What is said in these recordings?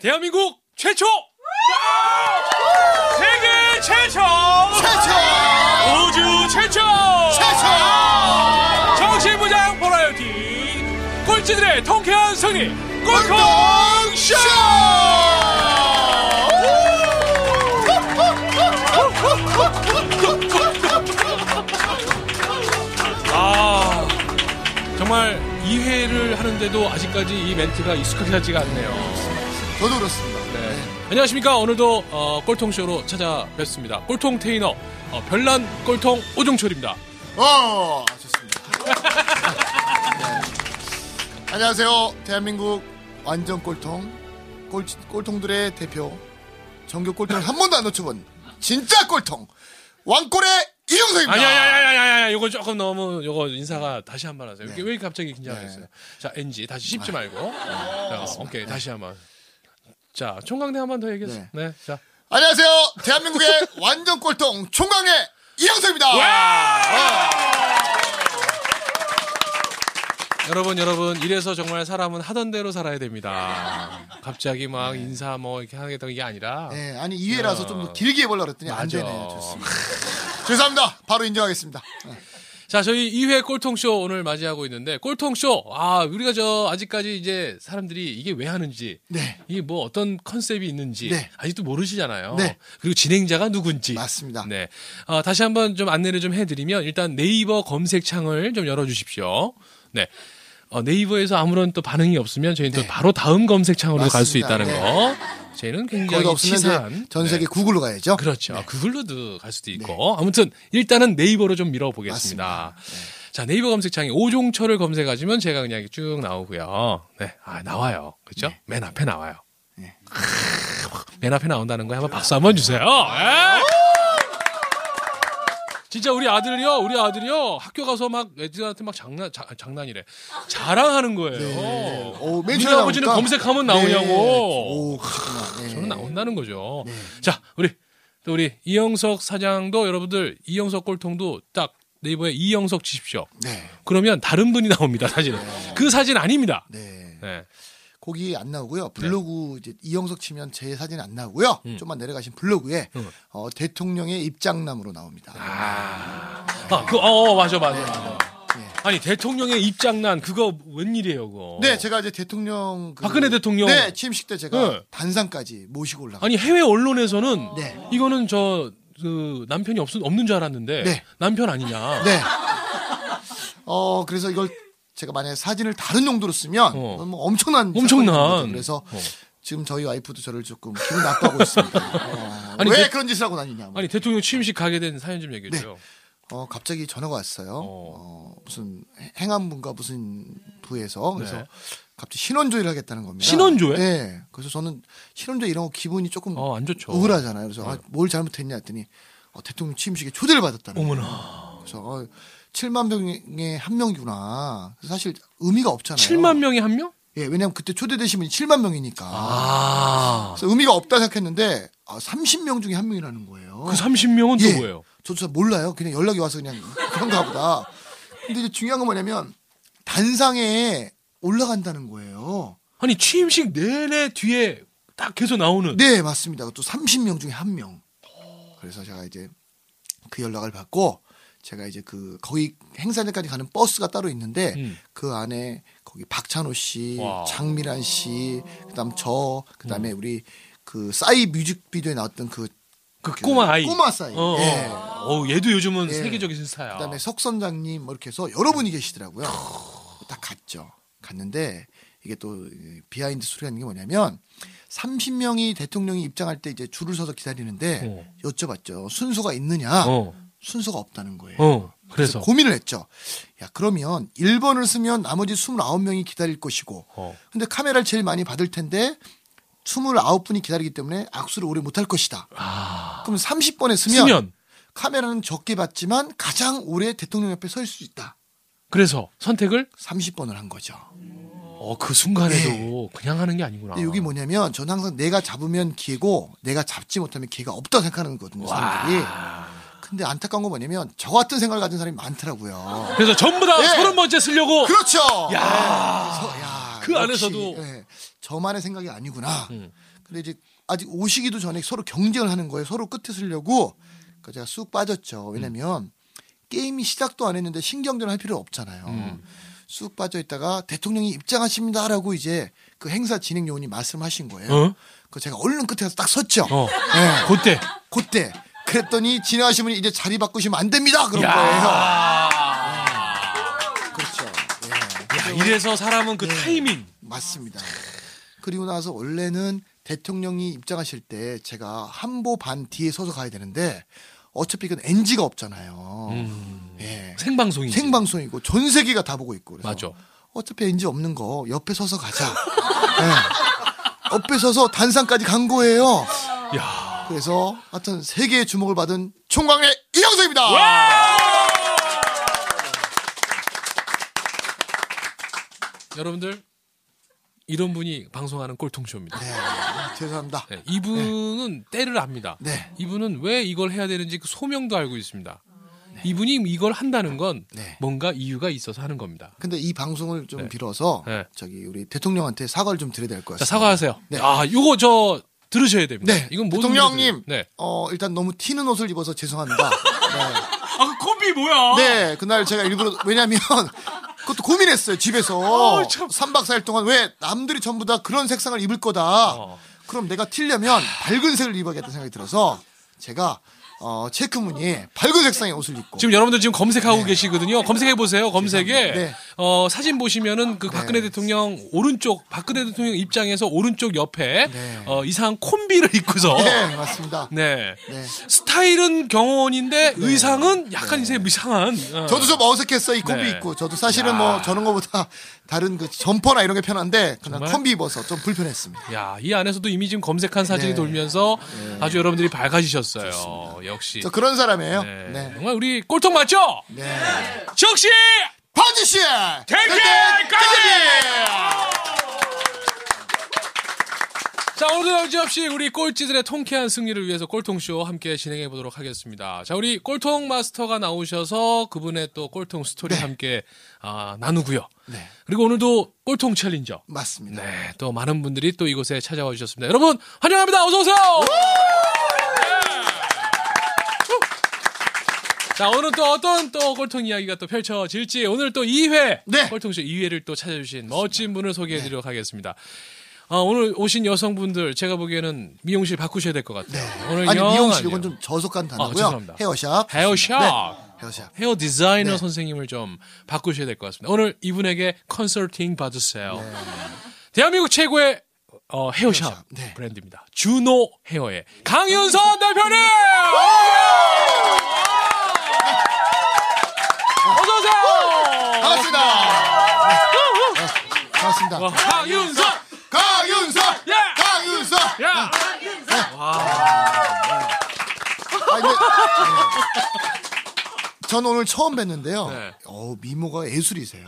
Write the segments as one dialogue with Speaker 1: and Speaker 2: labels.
Speaker 1: 대한민국 최초! 세계 최초!
Speaker 2: 최초!
Speaker 1: 우주 최초!
Speaker 2: 최초!
Speaker 1: 정신부장 버라이어티 꼴찌들의 통쾌한 승리 꼴통쇼! 아 정말 2회를 하는데도 아직까지 이 멘트가 익숙하지가 않네요.
Speaker 2: 저도 그렇습니다.
Speaker 1: 네. 안녕하십니까. 오늘도 어, 꼴통쇼로 찾아뵙습니다. 꼴통 테이너, 어, 별난 꼴통 오종철입니다.
Speaker 2: 어, 좋습니다. 네. 안녕하세요. 대한민국 완전 꼴통, 꼴, 꼴통들의 대표, 정규 꼴통을 한 번도 안 놓쳐본 진짜 꼴통, 왕꼴의 이종석입니다.
Speaker 1: 아니, 아니, 아니, 아니, 아니, 아니, 요거 조금 너무, 요거 인사가 다시 한 번 하세요. 이게 왜 갑자기 긴장하셨어요?
Speaker 2: 네.
Speaker 1: 자, NG. 다시 씹지 말고. 자, 오케이. 다시 한 번. 자, 총각대 한 번 더 얘기했어요. 네. 자.
Speaker 2: 안녕하세요. 대한민국의 완전 꼴통, 총강의 이종석입니다.
Speaker 1: 여러분, 여러분, 이래서 정말 사람은 하던 대로 살아야 됩니다. 갑자기 막 인사 뭐 이렇게 하겠다는 게 아니라.
Speaker 2: 네, 아니 2회라서 좀 더 길게 해보려고 했더니 안
Speaker 1: 맞아.
Speaker 2: 되네요. 좋습니다. 죄송합니다. 바로 인정하겠습니다. 네.
Speaker 1: 자, 저희 2회 꼴통쇼 오늘 맞이하고 있는데, 꼴통쇼! 아, 우리가 저, 아직까지 이제 사람들이 이게 왜 하는지,
Speaker 2: 네.
Speaker 1: 이게 뭐 어떤 컨셉이 있는지,
Speaker 2: 네.
Speaker 1: 아직도 모르시잖아요.
Speaker 2: 네.
Speaker 1: 그리고 진행자가 누군지.
Speaker 2: 맞습니다.
Speaker 1: 네. 어, 다시 한번 좀 안내를 좀 해드리면, 일단 네이버 검색창을 좀 열어주십시오. 네. 어, 네이버에서 아무런 또 반응이 없으면 저희는
Speaker 2: 네.
Speaker 1: 또 바로 다음 검색창으로 갈 수
Speaker 2: 맞습니다.
Speaker 1: 있다는
Speaker 2: 네.
Speaker 1: 거. 저희는 굉장히
Speaker 2: 거기가 없으면 이제
Speaker 1: 치사한.
Speaker 2: 전 세계
Speaker 1: 네.
Speaker 2: 구글로 가야죠.
Speaker 1: 그렇죠. 네. 그걸로도 갈 수도 있고. 아무튼 일단은 네이버로 좀 밀어보겠습니다. 자, 네이버 검색창에 오종철을 검색하시면 제가 그냥 이렇게 쭉 나오고요. 네. 아, 나와요. 그렇죠? 맨 앞에 나와요. 크으, 맨 앞에 나온다는 거에 한번 박수 한번 주세요. 예! 진짜 우리 아들이요, 우리 아들이요, 학교 가서 막 애들한테 막 장난, 자- 장난이래. 자랑하는 거예요. 네.
Speaker 2: 어, 맨
Speaker 1: 우리
Speaker 2: 처음에
Speaker 1: 아버지는
Speaker 2: 나오니까-
Speaker 1: 검색하면
Speaker 2: 네.
Speaker 1: 나오냐고.
Speaker 2: 오, 그렇구나. 네.
Speaker 1: 저는 나온다는 거죠.
Speaker 2: 예.
Speaker 1: 자, 우리 또 우리 이영석 사장도 여러분들 이영석 꼴통도 딱 네이버에 이영석 치십시오.
Speaker 2: 네.
Speaker 1: 그러면 다른 분이 나옵니다. 사진은 그 사진 아닙니다.
Speaker 2: 네.
Speaker 1: 네.
Speaker 2: 거기 안 나오고요. 블로그 이제 이영석 치면 제 사진 안 나오고요.
Speaker 1: 음.
Speaker 2: 좀만 내려가신 블로그에 어, 대통령의 입장남으로 나옵니다.
Speaker 1: 아, 그, 어, 어, 맞아, 맞아.
Speaker 2: 네.
Speaker 1: 아니 대통령의 입장난 그거 웬일이에요, 그거.
Speaker 2: 예. 네, 제가 이제 대통령 그-
Speaker 1: 박근혜 대통령.
Speaker 2: 네, 취임식 때 제가
Speaker 1: 네.
Speaker 2: 단상까지 모시고 올라가.
Speaker 1: 아니 해외 언론에서는
Speaker 2: 네.
Speaker 1: 이거는 저 그 남편이 없, 없는 줄 알았는데
Speaker 2: 네.
Speaker 1: 남편 아니냐.
Speaker 2: 네. 어 그래서 이걸 제가 만약에 사진을 다른 용도로 쓰면
Speaker 1: 어.
Speaker 2: 뭐 엄청난
Speaker 1: 엄청난.
Speaker 2: 사건인 거죠. 그래서
Speaker 1: 어.
Speaker 2: 지금 저희 와이프도 저를 조금 기분 나빠하고 있습니다. 어,
Speaker 1: 아니,
Speaker 2: 왜
Speaker 1: 대-
Speaker 2: 그런 짓을 하고 다니냐? 뭐.
Speaker 1: 아니 대통령 취임식 가게 된 사연 좀 얘기해 줘요.
Speaker 2: 어 갑자기 전화가 왔어요. 어, 무슨 행안부인가 무슨 부에서 그래서
Speaker 1: 네.
Speaker 2: 갑자기 신원조회를 하겠다는 겁니다.
Speaker 1: 신원조회?
Speaker 2: 네. 그래서 저는 신원조회 이런 거 기분이 조금
Speaker 1: 어, 안 좋죠.
Speaker 2: 네. 우울하잖아요. 그래서 아, 뭘 잘못했냐 했더니 어, 대통령 취임식에 초대를 받았다는 거예요.
Speaker 1: 어머나.
Speaker 2: 그래서 어, 7만 명에 한 명이구나. 사실 의미가 없잖아요.
Speaker 1: 7만 명이 한 명?
Speaker 2: 예, 왜냐면 하 그때 초대되신 분이 7만 명이니까.
Speaker 1: 아.
Speaker 2: 그래서 의미가 없다 생각했는데 아, 30명 중에 한 명이라는 거예요.
Speaker 1: 그 30명은
Speaker 2: 예.
Speaker 1: 또 뭐예요?
Speaker 2: 저도 잘 몰라요. 그냥 연락이 와서 그냥 그런가 보다. 근데 이제 중요한 건 뭐냐면 단상에 올라간다는 거예요.
Speaker 1: 아니 취임식 내내 뒤에 딱 계속 나오는
Speaker 2: 네, 맞습니다. 또 30명 중에 한 명. 그래서 제가 이제 그 연락을 받고 제가 이제 그 거기 행사장까지 가는 버스가 따로 있는데
Speaker 1: 음.
Speaker 2: 그 안에 거기 박찬호 씨,
Speaker 1: 와우.
Speaker 2: 장미란 씨, 그다음 저, 그다음에 우리 그 싸이 뮤직비디오에 나왔던 그,
Speaker 1: 그 꼬마 아이.
Speaker 2: 꼬마 싸이.
Speaker 1: 어.
Speaker 2: 예.
Speaker 1: 어우, 얘도 요즘은
Speaker 2: 예.
Speaker 1: 세계적인 스타야.
Speaker 2: 그다음에 석 선장님 뭐 이렇게 해서 여러분이 계시더라고요. 딱 갔죠. 갔는데 이게 또 이, 비하인드 스토리라는 게 뭐냐면 30명이 대통령이 입장할 때 이제 줄을 서서 기다리는데 여쭤봤죠. 순서가 있느냐?
Speaker 1: 어.
Speaker 2: 순서가 없다는 거예요.
Speaker 1: 어. 그래서
Speaker 2: 고민을 했죠. 야, 그러면 1번을 쓰면 나머지 29명이 기다릴 것이고
Speaker 1: 어.
Speaker 2: 근데 카메라를 제일 많이 받을 텐데 29분이 기다리기 때문에 악수를 오래 못할 것이다. 그럼 30번에
Speaker 1: 아. 수면.
Speaker 2: 카메라는 적게 봤지만 가장 오래 대통령 옆에 설 수 있다.
Speaker 1: 그래서 선택을
Speaker 2: 30번을 한 거죠.
Speaker 1: 어, 그 순간에도 그냥 하는 게 아니구나.
Speaker 2: 근데 이게 뭐냐면 저는 항상 내가 잡으면 기회고 내가 잡지 못하면 기회가 없다고 생각하는 거거든요, 사람들이. 근데 안타까운 건 뭐냐면 저 같은 생각을 가진 사람이 많더라고요.
Speaker 1: 그래서 전부 다
Speaker 2: 예.
Speaker 1: 서른 번째 쓰려고
Speaker 2: 그렇죠.
Speaker 1: 야.
Speaker 2: 네. 그래서, 야,
Speaker 1: 그 안에서도.
Speaker 2: 예, 저만의 생각이 아니구나. 근데 이제 아직 오시기도 전에 서로 경쟁을 하는 거예요. 서로 끝에 서려고. 그러니까 제가 쑥 빠졌죠. 왜냐면 게임이 시작도 안 했는데 신경전 할 필요 없잖아요. 쑥 빠져 있다가 대통령이 입장하십니다라고 이제 그 행사 진행 요원이 말씀하신 거예요.
Speaker 1: 어?
Speaker 2: 그 제가 얼른 끝에 가서 딱 섰죠.
Speaker 1: 어.
Speaker 2: 네.
Speaker 1: 그때.
Speaker 2: 그때 그랬더니 진행하신 분이 이제 자리 바꾸시면 안 됩니다. 그런 거예요.
Speaker 1: 야.
Speaker 2: 그렇죠. 예.
Speaker 1: 야, 이래서 사람은 그 타이밍.
Speaker 2: 맞습니다. 그리고 나서 원래는 대통령이 입장하실 때 제가 한보 반 뒤에 서서 가야 되는데 어차피 그건 NG가 없잖아요. 예.
Speaker 1: 음. 생방송이.
Speaker 2: 생방송이고 전 세계가 다 보고 있고 그래서
Speaker 1: 맞아.
Speaker 2: 어차피 NG 없는 거 옆에 서서 가자. 예. 옆에 서서 단상까지 간 거예요.
Speaker 1: 야.
Speaker 2: 그래서 하여튼 세계의 주목을 받은 총광의 이영석입니다.
Speaker 1: 여러분들 이런 분이 방송하는 꼴통쇼입니다.
Speaker 2: 네, 죄송합니다.
Speaker 1: 네, 이분은 때를 압니다.
Speaker 2: 네.
Speaker 1: 이분은 왜 이걸 해야 되는지 그 소명도 알고 있습니다. 이분이 이걸 한다는 건
Speaker 2: 네.
Speaker 1: 뭔가 이유가 있어서 하는 겁니다.
Speaker 2: 근데 이 방송을 좀 빌어서
Speaker 1: 네.
Speaker 2: 저기 우리 대통령한테 사과를 좀 드려야 될 것
Speaker 1: 자,
Speaker 2: 같습니다.
Speaker 1: 사과하세요.
Speaker 2: 네.
Speaker 1: 아, 요거 저 들으셔야 됩니다.
Speaker 2: 네,
Speaker 1: 이건 모든
Speaker 2: 대통령님,
Speaker 1: 분들이- 네.
Speaker 2: 어 일단 너무 튀는 옷을 입어서 죄송합니다.
Speaker 1: 아, 그 콤비 뭐야?
Speaker 2: 네, 네, 그날 제가 일부러 왜냐하면 그것도 고민했어요 집에서
Speaker 1: 어, 참.
Speaker 2: 3박 4일 동안 왜 남들이 전부 다 그런 색상을 입을 거다.
Speaker 1: 어.
Speaker 2: 그럼 내가 튀려면 밝은 색을 입어야겠다 생각이 들어서 제가 어, 체크 무늬에 밝은 색상의 옷을 입고
Speaker 1: 지금 여러분들 지금 검색하고 계시거든요. 검색해 보세요. 검색에
Speaker 2: 네. 죄송합니다. 네.
Speaker 1: 어, 사진 보시면은 그 박근혜 대통령 오른쪽 박근혜 대통령 입장에서 오른쪽 옆에
Speaker 2: 네.
Speaker 1: 어, 이상한 콤비를 입고서
Speaker 2: 네 맞습니다.
Speaker 1: 어. 네.
Speaker 2: 네.
Speaker 1: 스타일은 경호원인데 의상은 약간 이제 이상한. 어.
Speaker 2: 저도 좀 어색했어요. 이 콤비
Speaker 1: 네.
Speaker 2: 입고. 저도 사실은 뭐 저런 거보다 다른 그 점퍼나 이런 게 편한데 그냥
Speaker 1: 정말?
Speaker 2: 콤비 입어서 좀 불편했습니다.
Speaker 1: 야, 이 안에서도 이미 지금 검색한 사진이
Speaker 2: 네.
Speaker 1: 돌면서 아주 여러분들이 밝아지셨어요. 역시.
Speaker 2: 저 그런 사람이에요.
Speaker 1: 네.
Speaker 2: 네. 네.
Speaker 1: 정말 우리 꼴통 맞죠? 적시
Speaker 2: 바지 씨!
Speaker 1: 대결까지! 자, 오늘도 여지없이 우리 꼴찌들의 통쾌한 승리를 위해서 꼴통쇼 함께 진행해 보도록 하겠습니다. 자, 우리 꼴통 마스터가 나오셔서 그분의 또 꼴통 스토리 함께 아, 나누고요.
Speaker 2: 네.
Speaker 1: 그리고 오늘도 꼴통 챌린저.
Speaker 2: 맞습니다.
Speaker 1: 네, 또 많은 분들이 또 이곳에 찾아와 주셨습니다. 여러분, 환영합니다. 어서오세요! 자, 오늘 또 어떤 또 꼴통 이야기가 또 펼쳐질지, 오늘 또 2회,
Speaker 2: 네.
Speaker 1: 꼴통쇼 2회를 또 찾아주신 멋진 분을 소개해 드리도록 하겠습니다. 아, 오늘 오신 여성분들, 제가 보기에는 미용실 바꾸셔야 될 것 같아요. 오늘
Speaker 2: 네. 아니 미용실
Speaker 1: 영원히요. 아,
Speaker 2: 이건 좀 저속한 단어고요.
Speaker 1: 죄송합니다.
Speaker 2: 헤어샵.
Speaker 1: 헤어샵.
Speaker 2: 네, 헤어샵.
Speaker 1: 헤어 디자이너
Speaker 2: 네.
Speaker 1: 선생님을 좀 바꾸셔야 될 것 같습니다. 오늘 이분에게 컨설팅 받으세요. 대한민국 최고의 어, 헤어샵,
Speaker 2: 네. 헤어샵, 네.
Speaker 1: 브랜드입니다. 주노 헤어의 강윤선 대표님!
Speaker 2: 네.
Speaker 1: 어서오세요!
Speaker 2: 반갑습니다. 네. 반갑습니다.
Speaker 1: 강윤선!
Speaker 2: 강윤선!
Speaker 1: 야!
Speaker 2: 강윤선!
Speaker 1: 야!
Speaker 2: 아, 근데, 네. 저는 오늘 처음 뵀는데요.
Speaker 1: 네.
Speaker 2: 어우, 미모가 예술이세요.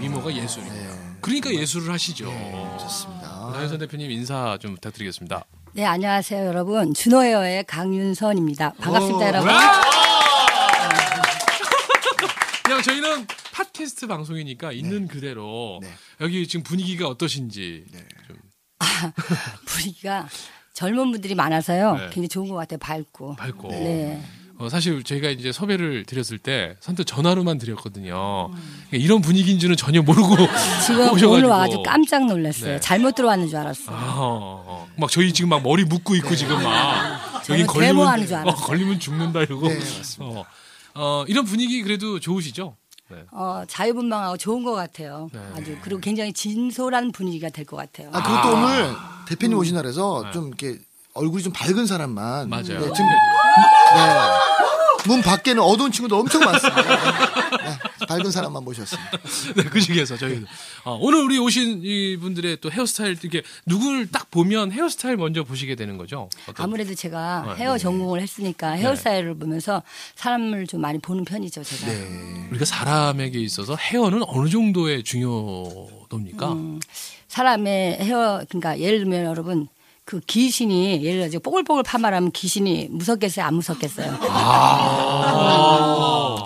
Speaker 1: 미모가 예술이에요. 그러니까 예술을 하시죠.
Speaker 2: 네. 좋습니다.
Speaker 1: 강윤선 대표님 인사 좀 부탁드리겠습니다.
Speaker 3: 네, 안녕하세요, 여러분. 준호헤어의 강윤선입니다. 반갑습니다, 여러분.
Speaker 1: 그냥 저희는 팟캐스트 방송이니까 있는 그대로
Speaker 2: 네.
Speaker 1: 여기 지금 분위기가 어떠신지 좀
Speaker 3: 분위기가 젊은 분들이 많아서요.
Speaker 1: 네.
Speaker 3: 굉장히 좋은 것 같아요. 밝고.
Speaker 1: 밝고
Speaker 3: 네.
Speaker 1: 어, 사실 저희가 이제 섭외를 드렸을 때 선뜻 전화로만 드렸거든요. 그러니까 이런 분위기인 줄은 전혀 모르고
Speaker 3: 음. 지금
Speaker 1: 오셔가지고.
Speaker 3: 오늘 와가지고 깜짝 놀랐어요.
Speaker 1: 네.
Speaker 3: 잘못 들어왔는 줄 알았어요.
Speaker 1: 아, 어, 어. 막 저희 지금 막 머리 묶고 있고 지금 막
Speaker 3: 네. 저는 데모하는 줄 알았어요.
Speaker 1: 어, 걸리면 죽는다 이러고
Speaker 2: 네, 맞습니다.
Speaker 1: 어. 어, 이런 분위기 그래도 좋으시죠? 네.
Speaker 3: 어, 자유분방하고 좋은 것 같아요. 아주. 그리고 굉장히 진솔한 분위기가 될 것 같아요.
Speaker 2: 아, 그것도 오늘 대표님 오신 날에서 좀 이렇게 얼굴이 좀 밝은
Speaker 1: 음.
Speaker 2: 사람만.
Speaker 1: 네. 맞아요.
Speaker 2: 네, 지금, 네. 문 밖에는 어두운 친구도 엄청 많습니다. 네, 밝은 사람만 모셨습니다.
Speaker 1: 네, 그 중에서 저희 어, 오늘 우리 오신 이분들의 또 헤어스타일 이렇게 누굴 딱 보면 헤어스타일 먼저 보시게 되는 거죠. 어떤-
Speaker 3: 아무래도 제가
Speaker 1: 아, 네.
Speaker 3: 헤어 전공을 했으니까 헤어스타일을 보면서 사람을 좀 많이 보는 편이죠,
Speaker 1: 네.
Speaker 3: 제가.
Speaker 1: 우리가 사람에게 있어서 헤어는 어느 정도의 중요도입니까?
Speaker 2: 음.
Speaker 3: 사람의 헤어 그러니까 예를 들면 여러분 그 귀신이 예를 들어 뽀글뽀글 파마라면 귀신이 무섭겠어요 안 무섭겠어요.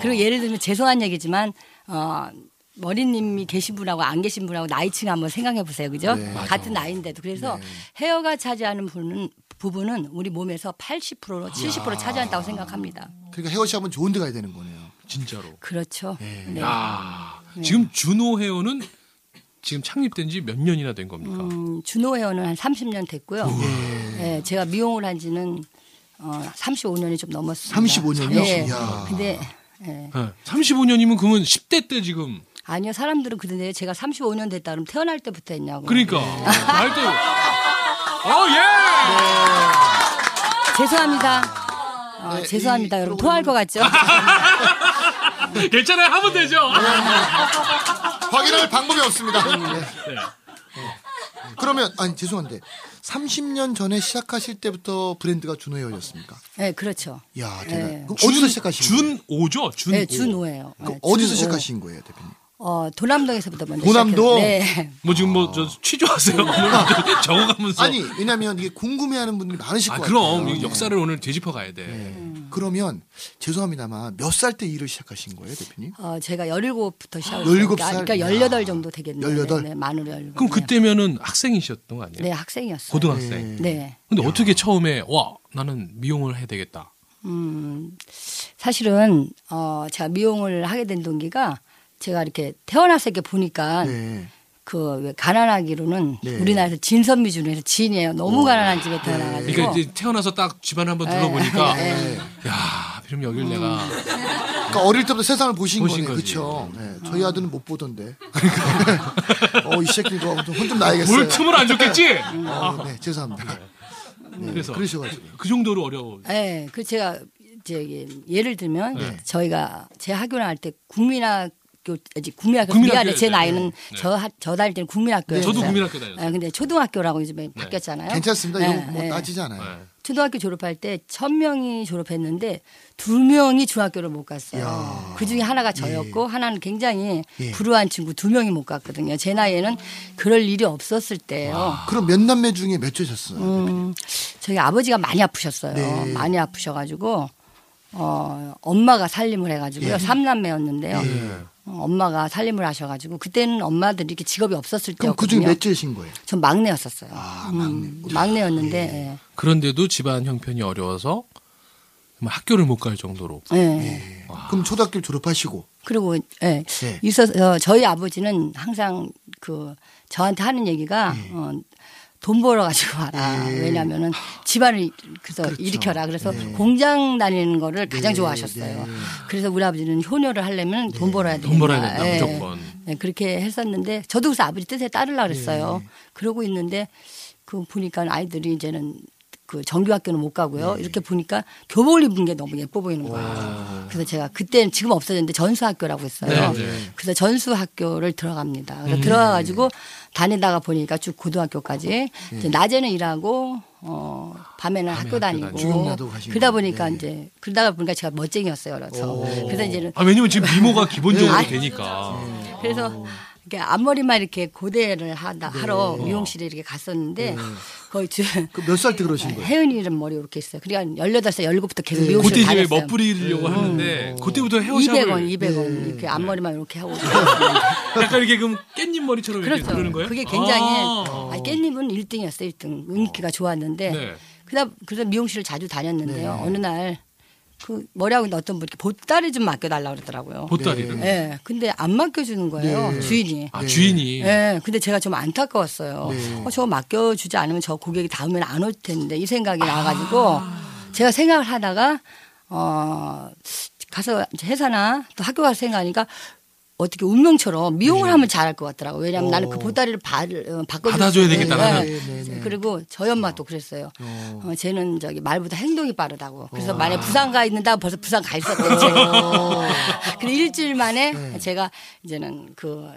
Speaker 3: 그리고 예를 들면 죄송한 얘기지만 어 머리님이 계신 분하고 안 계신 분하고 나이층 한번 생각해 보세요, 그죠?
Speaker 2: 네.
Speaker 3: 같은 나이인데도 그래서 헤어가 차지하는 부분은, 부분은 우리 몸에서 80%로 70% 차지한다고 생각합니다.
Speaker 2: 그러니까 헤어 씨 한번 좋은 데 가야 되는 거네요.
Speaker 1: 진짜로.
Speaker 3: 그렇죠. 네.
Speaker 1: 아 지금 준호 회원은 지금 창립된 지 몇 년이나 된 겁니까?
Speaker 2: 그러니까.
Speaker 3: 음, 준호 회원은 한 30년 됐고요. 예, 제가 미용을 한 지는 어, 35년이 좀 넘었습니다.
Speaker 2: 35 년이요?
Speaker 3: 예.
Speaker 2: 이야.
Speaker 3: 근데 예.
Speaker 1: 네. 35년이면 그러면 10대 때 지금
Speaker 3: 아니요, 사람들은 그러는데 제가 35년 됐다 그러면 태어날 때부터 했냐고.
Speaker 1: 그러니까
Speaker 2: 네.
Speaker 1: 말도 어 예.
Speaker 3: 아. 죄송합니다. 어,
Speaker 2: 네,
Speaker 3: 죄송합니다,
Speaker 2: 이
Speaker 3: 여러분.
Speaker 2: 프로그램은- 아.
Speaker 3: 토할 것 같죠?
Speaker 2: 네.
Speaker 1: 괜찮아요 하면 되죠.
Speaker 2: 확인할 방법이 없습니다. 네. 네. 그러면 아니 죄송한데 30년 전에 시작하실 때부터 브랜드가 준호 헤어였습니까?
Speaker 3: 네, 그렇죠.
Speaker 2: 야 대단.
Speaker 3: 네.
Speaker 2: 그럼 어디서 시작하신 거예요?
Speaker 1: 준 5죠. 준
Speaker 3: 네,
Speaker 1: 오.
Speaker 3: 준호예요. 네,
Speaker 2: 그럼 어디서
Speaker 3: 준호.
Speaker 2: 시작하신 거예요, 대표님?
Speaker 3: 어, 도남동에서부터 먼저
Speaker 2: 도남동?
Speaker 3: 시작했어요. 네.
Speaker 1: 뭐 지금 뭐 저 취조하세요. 적어가면서
Speaker 2: 네. 아니 왜냐하면 이게 궁금해하는 분들이 많으실
Speaker 1: 아
Speaker 2: 것
Speaker 1: 그럼
Speaker 2: 같아요.
Speaker 1: 이 역사를 오늘 되짚어 가야 돼.
Speaker 2: 네. 그러면 죄송합니다만 몇 살 때 일을 시작하신 거예요, 대표님?
Speaker 3: 어, 제가 17부터 시작을
Speaker 2: 17 살?
Speaker 3: 그러니까 18 정도 되겠네요.
Speaker 2: 18?
Speaker 3: 네, 네, 만으로 17.
Speaker 1: 그럼
Speaker 3: 네.
Speaker 1: 그때면은 학생이셨던 거 아니에요?
Speaker 3: 네, 학생이었어요.
Speaker 1: 고등학생.
Speaker 3: 네.
Speaker 1: 근데 어떻게 처음에 와 나는 미용을 해야 되겠다.
Speaker 3: 음, 사실은 어, 제가 미용을 하게 된 동기가 제가 이렇게 태어나서 이렇게 보니까
Speaker 2: 네.
Speaker 3: 그 왜 가난하기로는
Speaker 2: 네.
Speaker 3: 우리나라에서 진선미 중에서 진이에요. 너무 가난한 집에 태어나가지고.
Speaker 1: 그러니까 이제 태어나서 딱 집안 한번
Speaker 3: 네.
Speaker 1: 둘러보니까
Speaker 2: 네. 음.
Speaker 1: 야 그럼 여길 내가
Speaker 2: 그러니까 어릴 때부터 세상을 보신,
Speaker 1: 보신
Speaker 2: 거네,
Speaker 1: 거지.
Speaker 2: 그렇죠? 네. 저희 아들은 못 보던데. 어, 이 새끼 이거 혼좀 나야겠어요.
Speaker 1: 뭘 틈을 안 줬겠지.
Speaker 2: 어, 네, 죄송합니다. 네,
Speaker 1: 그래서.
Speaker 2: 그러셔가지고.
Speaker 1: 그 정도로 어려워.
Speaker 3: 네, 그 제가 이제 예를 들면 저희가 제 학교를 할 때 국민학교 이제 국민학교
Speaker 1: 국민학교에
Speaker 3: 미안해 제
Speaker 1: 네,
Speaker 3: 나이는
Speaker 1: 네.
Speaker 3: 저 저 다닐 때는 국민학교였어요.
Speaker 1: 저도 국민학교 다녔어요.
Speaker 3: 네, 근데 초등학교라고 이제 바뀌었잖아요.
Speaker 2: 괜찮습니다.
Speaker 3: 네,
Speaker 2: 이거 뭐
Speaker 3: 네.
Speaker 2: 따지지 않아요.
Speaker 1: 네.
Speaker 3: 초등학교 졸업할 때 천명이 졸업했는데 두명이 중학교를 못 갔어요.
Speaker 2: 이야.
Speaker 3: 그 중에 하나가 저였고 하나는 굉장히
Speaker 2: 예.
Speaker 3: 불우한 친구 두명이못 갔거든요. 제 나이에는 그럴 일이 없었을 때예요.
Speaker 2: 그럼 몇 남매 중에 몇 째셨어요?
Speaker 3: 음, 저희 아버지가 많이 아프셨어요.
Speaker 2: 네.
Speaker 3: 많이 아프셔가지고 어, 엄마가 살림을
Speaker 2: 예.
Speaker 3: 해가지고요. 삼남매였는데요. 어, 엄마가 살림을 하셔가지고 그때는 엄마들이 이렇게 직업이 없었을
Speaker 2: 그럼
Speaker 3: 때였거든요.
Speaker 2: 그 중에 몇 째신 거예요?
Speaker 3: 전 막내였었어요. 음,
Speaker 2: 아, 막내.
Speaker 3: 막내였는데
Speaker 1: 그런데도 집안 형편이 어려워서 정말 학교를 못 갈 정도로.
Speaker 3: 예. 예.
Speaker 2: 예. 그럼 초등학교 를 졸업하시고
Speaker 3: 그리고 예.
Speaker 2: 예.
Speaker 3: 있어서 저희 아버지는 항상 그 저한테 하는 얘기가
Speaker 1: 예.
Speaker 3: 어, 돈 벌어 가지고 와라.
Speaker 2: 예.
Speaker 3: 왜냐면은 집안을 그래서
Speaker 2: 그렇죠.
Speaker 3: 일으켜라. 그래서
Speaker 2: 예.
Speaker 3: 공장 다니는 거를 가장
Speaker 2: 예,
Speaker 3: 좋아하셨어요.
Speaker 2: 예.
Speaker 3: 그래서 우리 아버지는 효녀를 하려면 돈 벌어야 된다.
Speaker 1: 네. 돈 벌어야 된다,
Speaker 2: 네.
Speaker 1: 무조건.
Speaker 3: 예, 그렇게 했었는데 저도 그래서 아버지 뜻에 따르려 그랬어요. 그러고 있는데 그 보니까 아이들이 이제는 그 정규학교는 못 가고요. 이렇게 보니까 교복을 입은 게 너무 예뻐 보이는 거예요. 그래서 제가 그때는 지금 없어졌는데 전수학교라고 했어요.
Speaker 1: 네, 네.
Speaker 3: 그래서 전수학교를 들어갑니다. 그래서 들어가가지고 다니다가 보니까 쭉 고등학교까지 이제 낮에는 일하고 어 예. 밤에는 학교 다니고
Speaker 2: 주경야도 가신
Speaker 3: 그러다
Speaker 2: 거예요.
Speaker 3: 보니까
Speaker 2: 네.
Speaker 3: 이제 그러다가 보니까 제가 멋쟁이였어요. 그래서 그래서 이제는
Speaker 1: 아 왜냐면 지금 미모가
Speaker 2: 아,
Speaker 1: 기본적으로
Speaker 3: 네.
Speaker 1: 되니까.
Speaker 3: 그래서 이렇게 앞머리만 이렇게 고데를 하다
Speaker 1: 네.
Speaker 3: 하러 미용실에 이렇게 갔었는데 거의 주
Speaker 2: 그 몇 살 때
Speaker 3: 네.
Speaker 2: 그러신 거예요?
Speaker 3: 혜은이는 머리 이렇게 있어요. 그러니까 18살, 17부터 계속
Speaker 1: 그때
Speaker 3: 미용실
Speaker 1: 네. 집에
Speaker 3: 다녔어요.
Speaker 1: 멋부리려고 네. 하는데 그때부터 헤어샵을
Speaker 3: 200원, 200원 이렇게 앞머리만 이렇게 하고
Speaker 1: 약간 이렇게 그럼 깻잎 머리처럼 이렇게
Speaker 3: 그렇죠.
Speaker 1: 아, 그러는 거예요?
Speaker 3: 그게 굉장히
Speaker 1: 아.
Speaker 3: 아, 깻잎은 1등이었어요. 1등 인기가 좋았는데
Speaker 1: 네.
Speaker 3: 그다 그래서 미용실을 자주 다녔는데요. 어느 날 그 머리하고 어떤 분 이렇게 보따리 좀 맡겨달라 그러더라고요.
Speaker 1: 보따리를.
Speaker 3: 예, 근데 안 맡겨주는 거예요 주인이.
Speaker 1: 아 주인이.
Speaker 3: 예, 근데 제가 좀 안타까웠어요.
Speaker 1: 네.
Speaker 3: 어, 저거 맡겨주지 않으면 저 고객이 다음엔 안 올 텐데 이 생각이
Speaker 1: 아.
Speaker 3: 나가지고 제가 생각을 하다가 어 가서 이제 회사나 또 학교 가서 생각하니까 어떻게 운명처럼 미용을 하면 잘할 것 같더라고. 요 왜냐하면 나는 그 보따리를 바, 바꿔줄
Speaker 1: 네. 받아줘야
Speaker 3: 수 있는,
Speaker 1: 되겠다라는.
Speaker 3: 예.
Speaker 2: 네, 네, 네.
Speaker 3: 그리고 저희 엄마도 그랬어요. 어, 쟤는 저기 말보다 행동이 빠르다고. 그래서
Speaker 1: 어.
Speaker 3: 만약 부산 가 있는다 벌써 부산 가 있었거든요. 제가. 근데 일주일 만에
Speaker 1: 네.
Speaker 3: 제가 이제는 그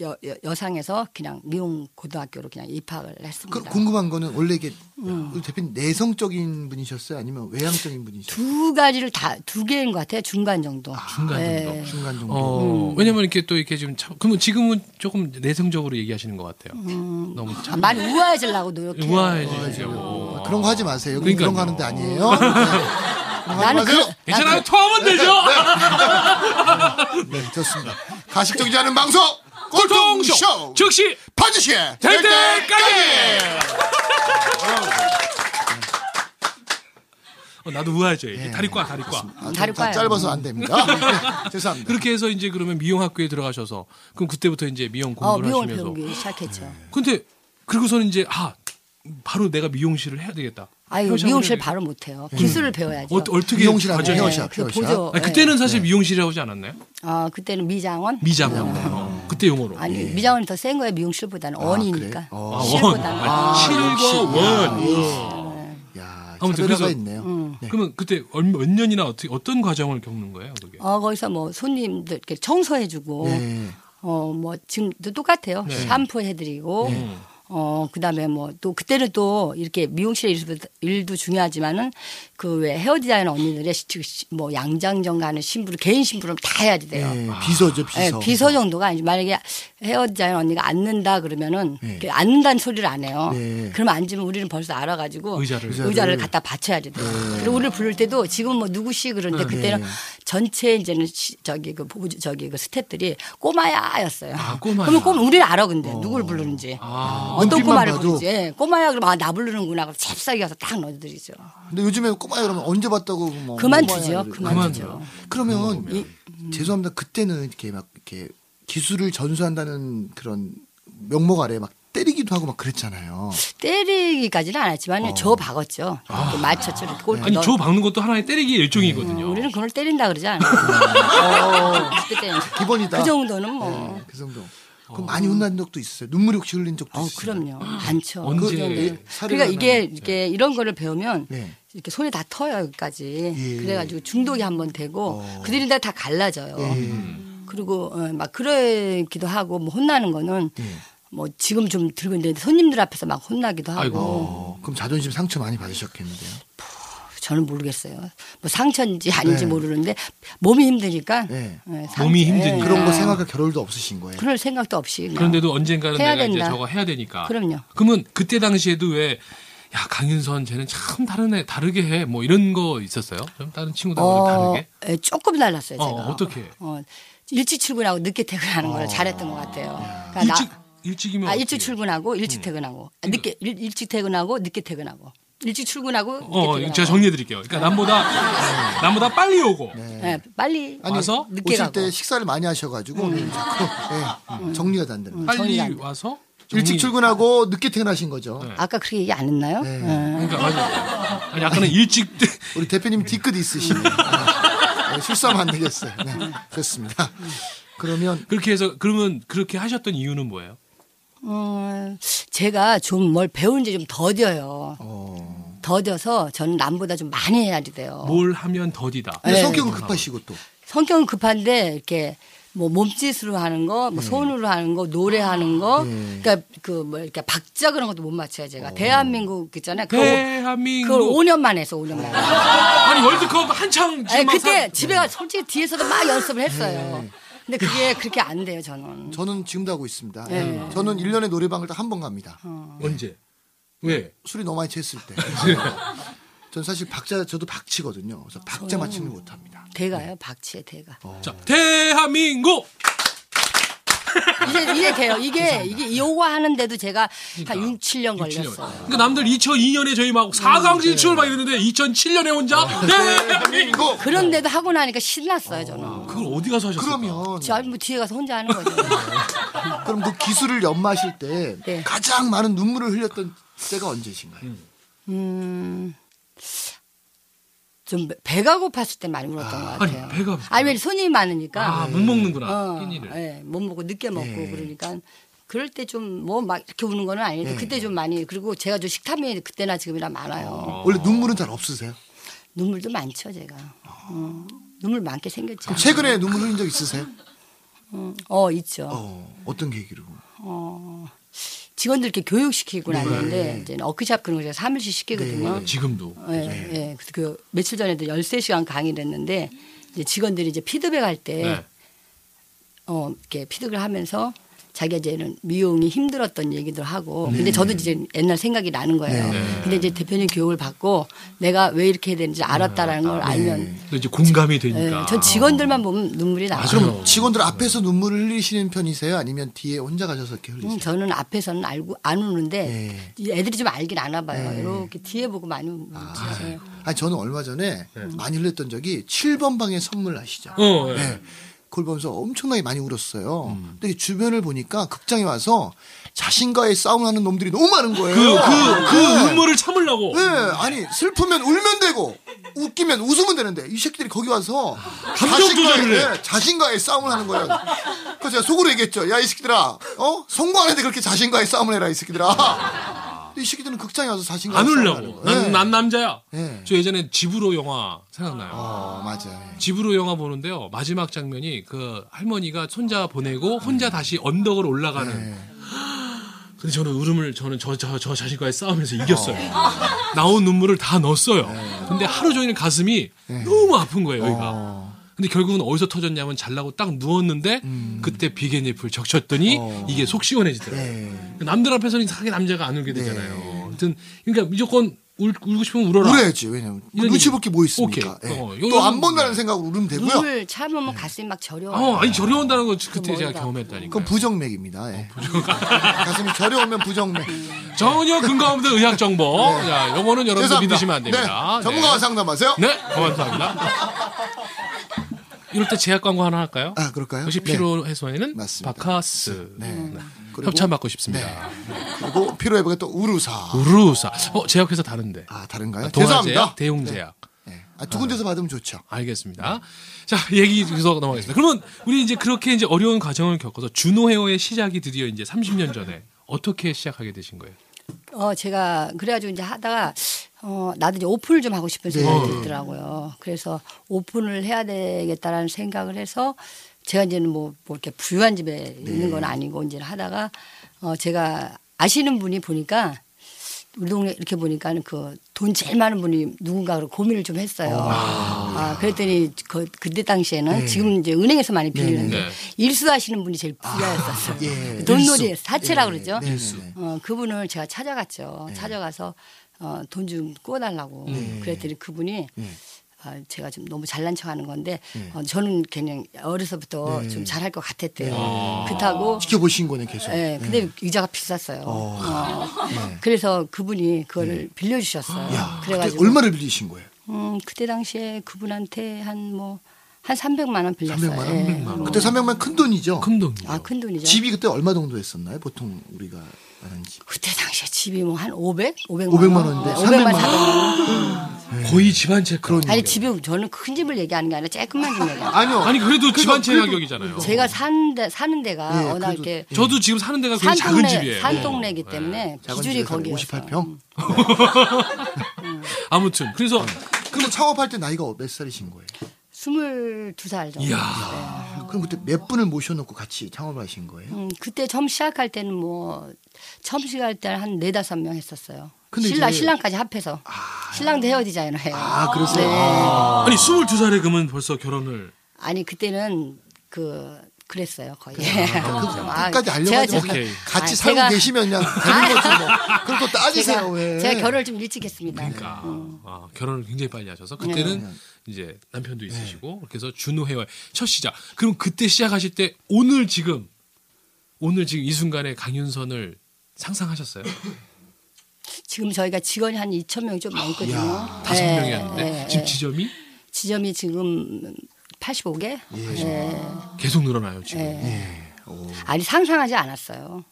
Speaker 3: 여, 상에서 그냥 미용 고등학교로 그냥 입학을 했습니다.
Speaker 2: 그 궁금한 거는 원래 이게 우리 대표님 내성적인 분이셨어요? 아니면 외향적인 분이셨어요?
Speaker 3: 두 가지를 다 두 개인 것 같아요. 중간 정도.
Speaker 1: 중간 정도.
Speaker 3: 예.
Speaker 2: 중간 정도.
Speaker 1: 어, 왜냐면 이렇게 또 이렇게 지금 참, 그러면 지금은 조금 내성적으로 얘기하시는 것 같아요. 너무
Speaker 3: 아,
Speaker 1: 참
Speaker 3: 많이 우아해지려고 노력해요.
Speaker 1: 우아해지시고.
Speaker 3: 어,
Speaker 1: 어.
Speaker 2: 그런 거 하지 마세요. 여기
Speaker 1: 그러니까요.
Speaker 2: 그런 거 하는데 아니에요. 네.
Speaker 3: 나는 그,
Speaker 2: 마세요.
Speaker 1: 괜찮아요. 토하면 되죠.
Speaker 2: 네, 좋습니다. 가식적이지 않은 방송
Speaker 1: 꼴통쇼
Speaker 2: 꼴통쇼
Speaker 1: 즉시
Speaker 2: 반드시
Speaker 1: 될 때까지. 어, 나도 우아해져. 이제
Speaker 3: 네,
Speaker 1: 다리과 다리과.
Speaker 2: 아,
Speaker 3: 어, 다리
Speaker 2: 다
Speaker 3: 빠요.
Speaker 2: 짧아서 안 됩니다.
Speaker 3: 음.
Speaker 2: 네, 죄송합니다.
Speaker 1: 그렇게 해서 이제 그러면 미용학교에 들어가셔서 그럼 그때부터 이제 미용
Speaker 3: 어,
Speaker 1: 공부를
Speaker 3: 미용을
Speaker 1: 하시면서. 네.
Speaker 3: 배우기 시작했죠.
Speaker 1: 근데 그러고서는 이제 아 바로 내가 미용실을 해야 되겠다.
Speaker 3: 아유,
Speaker 1: 헤어샵을
Speaker 3: 미용실
Speaker 1: 해야 되겠다.
Speaker 3: 바로 못해요. 기술을 배워야죠.
Speaker 1: 어, 어떻게
Speaker 2: 미용실 하고
Speaker 1: 과정이-
Speaker 3: 네,
Speaker 2: 헤어샵,
Speaker 3: 그
Speaker 2: 헤어샵.
Speaker 3: 보조.
Speaker 1: 아니, 그때는 사실 미용실이라고 하지 않았나요?
Speaker 3: 네. 어, 그때는 미장원?
Speaker 1: 미장원. 어, 그때 용어로.
Speaker 3: 네. 아니, 미장원이 더 센 거예요. 미용실보다는 원이니까.
Speaker 2: 그래요? 어.
Speaker 1: 아, 원.
Speaker 3: 실보다는.
Speaker 1: 아,
Speaker 2: 역시.
Speaker 1: 실과 원.
Speaker 2: 야,
Speaker 1: 아무튼
Speaker 2: 차별화가
Speaker 1: 그래서-
Speaker 2: 있네요.
Speaker 3: 음.
Speaker 2: 네.
Speaker 1: 그러면 그때 얼- 몇 년이나 어떻게 어떤 과정을 겪는 거예요, 그게?
Speaker 3: 어, 거기서 뭐 손님들 이렇게 청소해주고,
Speaker 2: 네.
Speaker 3: 어, 뭐 지금도 똑같아요.
Speaker 1: 네.
Speaker 3: 샴푸 해드리고, 어, 그 다음에 뭐 또 그때는 또 이렇게 미용실 일도, 일도 중요하지만은 그 왜 헤어 디자이너 언니들의 시- 시- 뭐 양장정 가는 신부를 개인 신부를 다 해야 돼요.
Speaker 2: 네, 비서죠, 비서.
Speaker 3: 예, 비서 정도가 아니지. 만약에 헤어 디자인 언니가 앉는다 그러면은
Speaker 1: 예.
Speaker 2: 네.
Speaker 3: 그 앉는다는 소리를 안 해요.
Speaker 2: 네.
Speaker 3: 그럼 앉으면 우리는 벌써 알아가지고
Speaker 1: 의자를. 예.
Speaker 2: 의자를
Speaker 3: 갖다 받쳐야지 돼요. 그리고 우리를 부를 때도 지금 뭐 누구시 그러는데 그때는 전체 이제는 시- 저기 그 보조- 저기 그 스태프들이 꼬마야였어요.
Speaker 1: 아, 꼬마야. 어.
Speaker 3: 그러면 꼬마 우리를 알아 근데 누굴 부르는지
Speaker 1: 아.
Speaker 3: 어떤
Speaker 2: 눈빛만
Speaker 3: 꼬마를
Speaker 2: 봐도.
Speaker 3: 부르지. 예, 꼬마야 그러면 아, 나 부르는구나. 그럼 잽싸게 가서 딱 넣어드리죠.
Speaker 2: 근데 요즘에 꼬마야 그러면 언제 봤다고 뭐 꼬마야
Speaker 3: 그만두죠.
Speaker 2: 그래.
Speaker 3: 그만두죠.
Speaker 2: 그러면 이- 죄송합니다. 그때는 이렇게 막 이렇게 기술을 전수한다는 그런 명목 아래 막 때리기도 하고 막 그랬잖아요.
Speaker 3: 때리기까지는 않았지만 요저 박았죠. 이렇게 맞췄죠. 이렇게 골프
Speaker 1: 어. 아. 아니
Speaker 3: 넣-
Speaker 1: 저 박는 것도 하나의 때리기 일종이거든요.
Speaker 3: 네. 우리는 그걸 때린다 그러지 않아요. 그때는
Speaker 2: 어. 기본이다.
Speaker 3: 그 정도는 뭐.
Speaker 2: 네, 그 정도.
Speaker 1: 어.
Speaker 2: 그럼 많이 혼난 적도 있어요. 눈물이 혹시 흘린 적도
Speaker 3: 어,
Speaker 2: 있어요.
Speaker 3: 그럼요. 많죠.
Speaker 1: 언제
Speaker 3: 그 정도는.
Speaker 2: 살이
Speaker 3: 그러니까
Speaker 2: 나면-
Speaker 3: 이게 이게 이런 거를 배우면
Speaker 2: 네.
Speaker 3: 이렇게 손에 다 터요 여기까지.
Speaker 2: 예. 어.
Speaker 3: 그래가지고 중독이 한 번 되고 그들이 다 갈라져요.
Speaker 2: 예,
Speaker 3: 그리고 어, 막 그러기도 하고 뭐 혼나는 거는
Speaker 2: 네. 예.
Speaker 3: 뭐 지금 좀 들고 있는데 손님들 앞에서 막 혼나기도 하고
Speaker 1: 아이고.
Speaker 2: 어, 그럼 자존심 상처 많이 받으셨겠는데요.
Speaker 3: 저는 모르겠어요. 뭐 상처인지 아닌지
Speaker 2: 네.
Speaker 3: 모르는데 몸이 힘드니까
Speaker 2: 네.
Speaker 3: 예,
Speaker 1: 몸이
Speaker 3: 상처-
Speaker 1: 힘드니까.
Speaker 3: 예.
Speaker 2: 그런 거 생각할 겨를도 없으신 거예요.
Speaker 3: 그럴 생각도 없이 그냥.
Speaker 1: 그런데도 언젠가는
Speaker 3: 해야
Speaker 1: 내가 이제
Speaker 3: 된다.
Speaker 1: 저거 해야 되니까.
Speaker 3: 그럼요.
Speaker 1: 그러면 그때 당시에도 왜 야, 강윤선 쟤는 참 다른 애 다르게 해. 뭐 이런 거 있었어요? 좀 다른 친구들하고 네, 다르게?
Speaker 3: 예, 조금 달랐어요
Speaker 1: 어,
Speaker 3: 제가.
Speaker 1: 어떻게?
Speaker 3: 어, 일찍 출근하고 늦게 퇴근하는 걸 잘했던 것 같아요. 그러니까
Speaker 1: 일찍
Speaker 3: 나,
Speaker 1: 일찍이면
Speaker 3: 아 일찍
Speaker 1: 어떻게?
Speaker 3: 출근하고 일찍 퇴근하고 아, 늦게 일, 일찍 퇴근하고 늦게 퇴근하고 일찍 출근하고 늦게 네.
Speaker 1: 어,
Speaker 3: 퇴근하고.
Speaker 1: 제가 정리해 드릴게요. 그러니까 남보다 남보다 빨리 오고
Speaker 3: 예, 빨리
Speaker 1: 아니, 와서
Speaker 3: 늦게
Speaker 2: 오실
Speaker 3: 가고. 네. 음.
Speaker 2: 때 식사를 많이 하셔가지고 오늘 자꾸 예, 정리가 안 됩니다.
Speaker 1: 빨리
Speaker 3: 아, 정리가 안 돼.
Speaker 1: 와서
Speaker 2: 일찍
Speaker 1: 정리-
Speaker 2: 출근하고
Speaker 3: 네.
Speaker 2: 늦게 퇴근하신 거죠.
Speaker 3: 아까 그렇게 얘기 안 했나요? 예.
Speaker 1: 그러니까 맞아. 아니, 약간은 일찍
Speaker 2: 우리 대표님 뒤끝
Speaker 3: 음.
Speaker 2: 있으시네요. 네. 네, 실수하면 안 되겠어요. 네, 좋습니다. 그러면
Speaker 1: 그렇게 해서 그러면 그렇게 하셨던 이유는 뭐예요?
Speaker 3: 음, 제가 좀 뭘 배운지 좀 더뎌요.
Speaker 2: 어,
Speaker 3: 더뎌서 저는 남보다 좀 많이 해야 돼요.
Speaker 1: 뭘 하면 더디다.
Speaker 2: 근데
Speaker 3: 네.
Speaker 2: 성격은 급하시고 또
Speaker 3: 성격은 급한데 이렇게 뭐 몸짓으로 하는 거, 뭐 손으로 하는 거, 노래하는 거, 그러니까 그 뭐 이렇게 박자 그런 것도 못 맞춰요 제가. 대한민국 있잖아요. 그거
Speaker 1: 대한민국
Speaker 3: 그걸 5년 만에 해서 5년 만에.
Speaker 1: 아니 월드컵 한창 지금
Speaker 3: 아니,
Speaker 1: 막
Speaker 3: 그때
Speaker 1: 사-
Speaker 3: 집에 가 솔직히 뒤에서도 막 연습을 했어요. 근데 그게 그렇게 안 돼요 저는.
Speaker 2: 저는 지금도 하고 있습니다.
Speaker 3: 네.
Speaker 2: 저는 1년에 노래방을 딱 한 번 갑니다.
Speaker 1: 언제? 왜?
Speaker 2: 술이 너무 많이 취했을 때.
Speaker 3: 네.
Speaker 2: 전 사실 박자 저도 박치거든요. 그래서 박자 맞추는 거 못합니다.
Speaker 3: 대가요 박치의 대가.
Speaker 1: 자, 대한민국
Speaker 3: 이제 이게 돼요. 이게 이게 요가 하는데도 제가 한 6, 그러니까. 7년 걸렸어요. 음, 네.
Speaker 1: 그러니까 남들 2002년에 저희 막 4강 진출 막 이랬는데 2007년에 혼자
Speaker 3: 어.
Speaker 1: 대한민국
Speaker 2: 이거
Speaker 3: 그런데도 하고 나니까 네. 신났어요 저는.
Speaker 1: 그걸 어디 가서 하셨어요?
Speaker 2: 그러면
Speaker 3: 저뭐 뒤에 가서 혼자 하는 거죠.
Speaker 2: 그럼 그 기술을 연마하실 때
Speaker 3: 네.
Speaker 2: 가장 많은 눈물을 흘렸던 때가 언제신가요?
Speaker 3: 음, 좀 배가 고팠을 때 많이 울었던 것
Speaker 1: 아니,
Speaker 3: 같아요.
Speaker 1: 배가 고파.
Speaker 3: 아니, 왜 손이 많으니까.
Speaker 1: 아, 못 먹는구나.
Speaker 3: 어,
Speaker 1: 끼니를. 네.
Speaker 3: 예, 못 먹고 늦게 먹고
Speaker 2: 예.
Speaker 3: 그러니까 그럴 때 좀 뭐 막 이렇게 우는 거는 아닌데
Speaker 1: 네.
Speaker 2: 예.
Speaker 3: 그때 좀 많이 그리고 제가 좀 식탐이 그때나 지금이나 많아요.
Speaker 1: 어.
Speaker 2: 원래 눈물은 잘 없으세요?
Speaker 3: 눈물도 많죠 제가.
Speaker 1: 아.
Speaker 3: 음, 눈물 많게 생겼죠.
Speaker 2: 그럼 최근에 눈물 흘린 적 있으세요?
Speaker 3: 음, 어 있죠.
Speaker 2: 어, 어떤 계기로?
Speaker 3: 어, 직원들 이렇게 교육시키고
Speaker 1: 네.
Speaker 3: 나는데 이제 워크샵 그런 거 제가 사무실 시키거든요.
Speaker 1: 지금도
Speaker 3: 예, 예. 그래서 그 며칠 전에도 13시간 강의를 했는데 예. 이제 직원들이 이제 피드백 할 때
Speaker 1: 네.
Speaker 3: 어, 이렇게 피드백을 하면서 자기가 이제는 미용이 힘들었던 얘기들 하고 근데 저도 이제 옛날 생각이 나는 거예요. 근데 이제 대표님 교육을 받고 내가 왜 이렇게 해야 되는지 알았다라는 걸 알면
Speaker 1: 또 이제 공감이
Speaker 3: 예,
Speaker 1: 되니까.
Speaker 3: 전 직원들만 보면 눈물이 나요. 네.
Speaker 2: 그럼 직원들 앞에서 눈물을 흘리시는 편이세요? 아니면 뒤에 혼자 가셔서 이렇게
Speaker 3: 음,
Speaker 2: 흘리세요?
Speaker 3: 저는 앞에서는 알고 안 우는데
Speaker 2: 예.
Speaker 3: 이 애들이 좀 알긴 아나 봐요. 이렇게 뒤에 보고 많이 우는지. 예.
Speaker 2: 아니 저는 얼마 전에
Speaker 3: 네.
Speaker 2: 많이 흘렸던 적이 7번 방의 선물 아시죠?
Speaker 1: 어, 예.
Speaker 2: 네. 그걸 보면서 엄청나게 많이 울었어요. 근데 주변을 보니까 극장에 와서 자신과의 싸움하는 놈들이 너무 많은 거예요.
Speaker 1: 그, 그,
Speaker 3: 아,
Speaker 1: 그 음모를 참으려고.
Speaker 2: 네, 아니 슬프면 울면 되고 웃기면 웃으면 되는데 이 새끼들이 거기 와서
Speaker 1: 감정 조절을 해.
Speaker 2: 네, 자신과의 싸움을 하는 거예요. 그래서 제가 속으로 얘기했죠. 야 이 새끼들아, 어 성공하는데 그렇게 자신과의 싸움을 해라 이 새끼들아. 이 새끼들은 극장에 와서 자신과
Speaker 1: 안 울려고.
Speaker 2: 예.
Speaker 1: 난, 난 남자야.
Speaker 2: 네.
Speaker 1: 저 예전에 집으로 영화 생각나요.
Speaker 2: 어 맞아요.
Speaker 1: 집으로 영화 보는데요. 마지막 장면이 그 할머니가 손자 보내고 혼자 다시 언덕을 올라가는. 근데 저는 울음을 저는 저 저 저 자신과의 싸움에서 이겼어요. 네. 나온 눈물을 다 넣었어요. 근데 하루 종일 가슴이 너무 아픈 거예요, 여기가. 근데 결국은 어디서 터졌냐면 잘라고 딱 누웠는데 그때 비계잎을 적셨더니 이게 속 시원해지더라고요.
Speaker 2: 네.
Speaker 1: 남들 앞에서는 이상하게 남자가 안 울게 되잖아요. 아무튼 그러니까 무조건 울, 울고 싶으면 울어라.
Speaker 2: 울어야지 왜냐면 뭐
Speaker 1: 이런
Speaker 2: 눈치
Speaker 1: 얘기.
Speaker 2: 볼 게 뭐 있습니까?
Speaker 1: 오케이. 어,
Speaker 2: 또
Speaker 1: 요거는-
Speaker 2: 안 본다는 생각으로 울으면 되고요.
Speaker 3: 눈물 참으면 가슴이 막 저려.
Speaker 1: 어, 아니 저려 온다는 거 그때 제가
Speaker 3: 머리가
Speaker 1: 경험했다니까.
Speaker 2: 그건
Speaker 1: 요
Speaker 2: 네. 부정맥입니다. 예. 가슴이 저려오면 부정맥.
Speaker 1: 전혀 근거 없는 의학 정보. 자, 요거는 여러분들
Speaker 2: 네. 죄송합니다.
Speaker 1: 믿으시면 안 됩니다.
Speaker 2: 네, 전문가와
Speaker 1: 네.
Speaker 2: 상담하세요.
Speaker 1: 네, 고맙습니다. 이럴 때 제약 광고 하나 할까요?
Speaker 2: 아, 그럴까요?
Speaker 1: 역시
Speaker 2: 네.
Speaker 1: 피로 해소에는
Speaker 2: 맞습니다.
Speaker 1: 바카스. 음,
Speaker 2: 네. 그리고- 네.
Speaker 1: 협찬 받고 싶습니다.
Speaker 2: 그리고 피로회복에 또 우루사.
Speaker 1: 우루사. 어, 제약회사 다른데.
Speaker 2: 아 다른가요?
Speaker 1: 동아제약,
Speaker 2: 죄송합니다.
Speaker 1: 대용제약.
Speaker 2: 네. 아, 두 군데서 받으면 좋죠.
Speaker 1: 알겠습니다. 자, 얘기 계속 넘어가겠습니다. 그러면 우리 이제 그렇게 이제 어려운 과정을 겪어서 준호 헤어의 시작이 드디어 이제 30년 전에 어떻게 시작하게 되신 거예요?
Speaker 2: 아, 네.
Speaker 3: 어, 제가 그래가지고 이제 하다가 어, 나도 이제 오픈을 좀 하고 싶은 생각이
Speaker 1: 네.
Speaker 3: 들더라고요. 그래서 오픈을 해야 되겠다라는 생각을 해서 제가 이제는 뭐, 뭐 이렇게 부유한
Speaker 1: 네.
Speaker 3: 집에 있는 건 아니고 이제 하다가 어, 제가 아시는 분이 보니까 우리 동네 이렇게 보니까는 그 돈 제일 많은 분이 누군가로 고민을 좀 했어요. 아, 그랬더니 그, 그때 당시에는 지금 이제 은행에서 많이 빌리는데
Speaker 1: 네.
Speaker 3: 일수하시는 분이 제일 부자였었어요.
Speaker 2: 예.
Speaker 3: 돈놀이 사채라 고 그러죠.
Speaker 2: 일수. 네, 네, 네.
Speaker 3: 어, 그분을 제가 찾아갔죠. 찾아가서 어, 돈 좀 꾸어달라고
Speaker 2: 네.
Speaker 3: 그랬더니 그분이 아, 제가 좀 너무 잘난 척하는 건데
Speaker 2: 네.
Speaker 3: 어, 저는 그냥 어려서부터 좀 잘할 것 같았대요. 그렇다고
Speaker 2: 지켜보신 네. 거네 계속.
Speaker 3: 예, 근데 의자가 비쌌어요. 어. 그래서 그분이 그거를 빌려주셨어요.
Speaker 2: 네. 야, 그때
Speaker 3: 아, 그래가지고
Speaker 2: 얼마를 빌리신 거예요?
Speaker 3: 음, 그때 당시에 그분한테 한 뭐 한 300만 원 빌렸어요.
Speaker 2: 300만 원.
Speaker 3: 예.
Speaker 2: 그때 300만 큰 돈이죠.
Speaker 1: 큰 돈이요.
Speaker 3: 아, 큰 돈이죠.
Speaker 2: 집이 그때 얼마 정도 했었나요? 보통 우리가 아는 집.
Speaker 3: 그때 당시에 집이 뭐 한 500? 500만
Speaker 2: 500만 원인데
Speaker 3: 네, 500만
Speaker 2: 300만
Speaker 3: 400만 원.
Speaker 1: 거의 집안 채 그런.
Speaker 3: 아니 집이 저는 큰 집을 얘기하는 게 아니라 조금만 집 얘기해요.
Speaker 2: 아니요.
Speaker 1: 아니 그래도 집안 채
Speaker 2: 그래도-
Speaker 1: 가격이잖아요.
Speaker 3: 제가 사는데 사는 데가
Speaker 2: 예,
Speaker 3: 워낙
Speaker 2: 그래도-
Speaker 3: 이렇게
Speaker 1: 저도 지금 사는 데가 그냥 작은
Speaker 3: 산동네
Speaker 1: 집이에요. 어.
Speaker 3: 산동네이기 때문에
Speaker 2: 예. 작은
Speaker 3: 기준이
Speaker 2: 집에서 뭐
Speaker 3: 거기였어요. 음.
Speaker 2: 58평.
Speaker 1: 아무튼 그래서
Speaker 2: 그럼 뭐 창업할 때 나이가 몇 살이신 거예요?
Speaker 3: 22살 정도.
Speaker 1: 이야.
Speaker 3: 아.
Speaker 2: 그럼 그때 몇 분을 모셔놓고 같이 창업을 하신 거예요?
Speaker 3: 음, 그때 처음 시작할 때는 뭐 처음 시작할 때는 한 네다섯 명 했었어요.
Speaker 2: 근데
Speaker 3: 신랑
Speaker 2: 이제-
Speaker 3: 신랑까지 합해서 신랑도 헤어 디자이너예요.
Speaker 2: 아, 그러세요?
Speaker 3: 네.
Speaker 1: 아니 22살에 그러면 벌써 결혼을
Speaker 3: 아니 그때는 그 그랬어요 거의. 좀, 아,
Speaker 2: 끝까지
Speaker 3: 제가-
Speaker 2: 알려가지고
Speaker 3: 제가-
Speaker 1: 오케이.
Speaker 2: 같이
Speaker 3: 아,
Speaker 2: 살고
Speaker 3: 제가-
Speaker 2: 계시면 그냥 되는 거지 뭐. 그걸 또 따지세요
Speaker 3: 제가,
Speaker 2: 왜?
Speaker 3: 제가 결혼을 좀 일찍 했습니다.
Speaker 1: 그러니까 아, 결혼을 굉장히 빨리 하셔서 그때는 이제 남편도 있으시고 그래서 준우 회화 첫 시작. 그럼 그때 시작하실 때 오늘 지금 오늘 지금 이 순간에 강윤선을 상상하셨어요?
Speaker 3: 지금 저희가 직원이 한 2천 명이 좀 넘거든요.
Speaker 1: 다섯
Speaker 3: 예,
Speaker 1: 명이었는데
Speaker 3: 예,
Speaker 1: 지금
Speaker 3: 예.
Speaker 1: 지점이
Speaker 3: 지점이 지금 85개?
Speaker 1: 예.
Speaker 2: 예.
Speaker 3: 네.
Speaker 1: 계속 늘어나요 지금.
Speaker 3: 아니 상상하지 않았어요.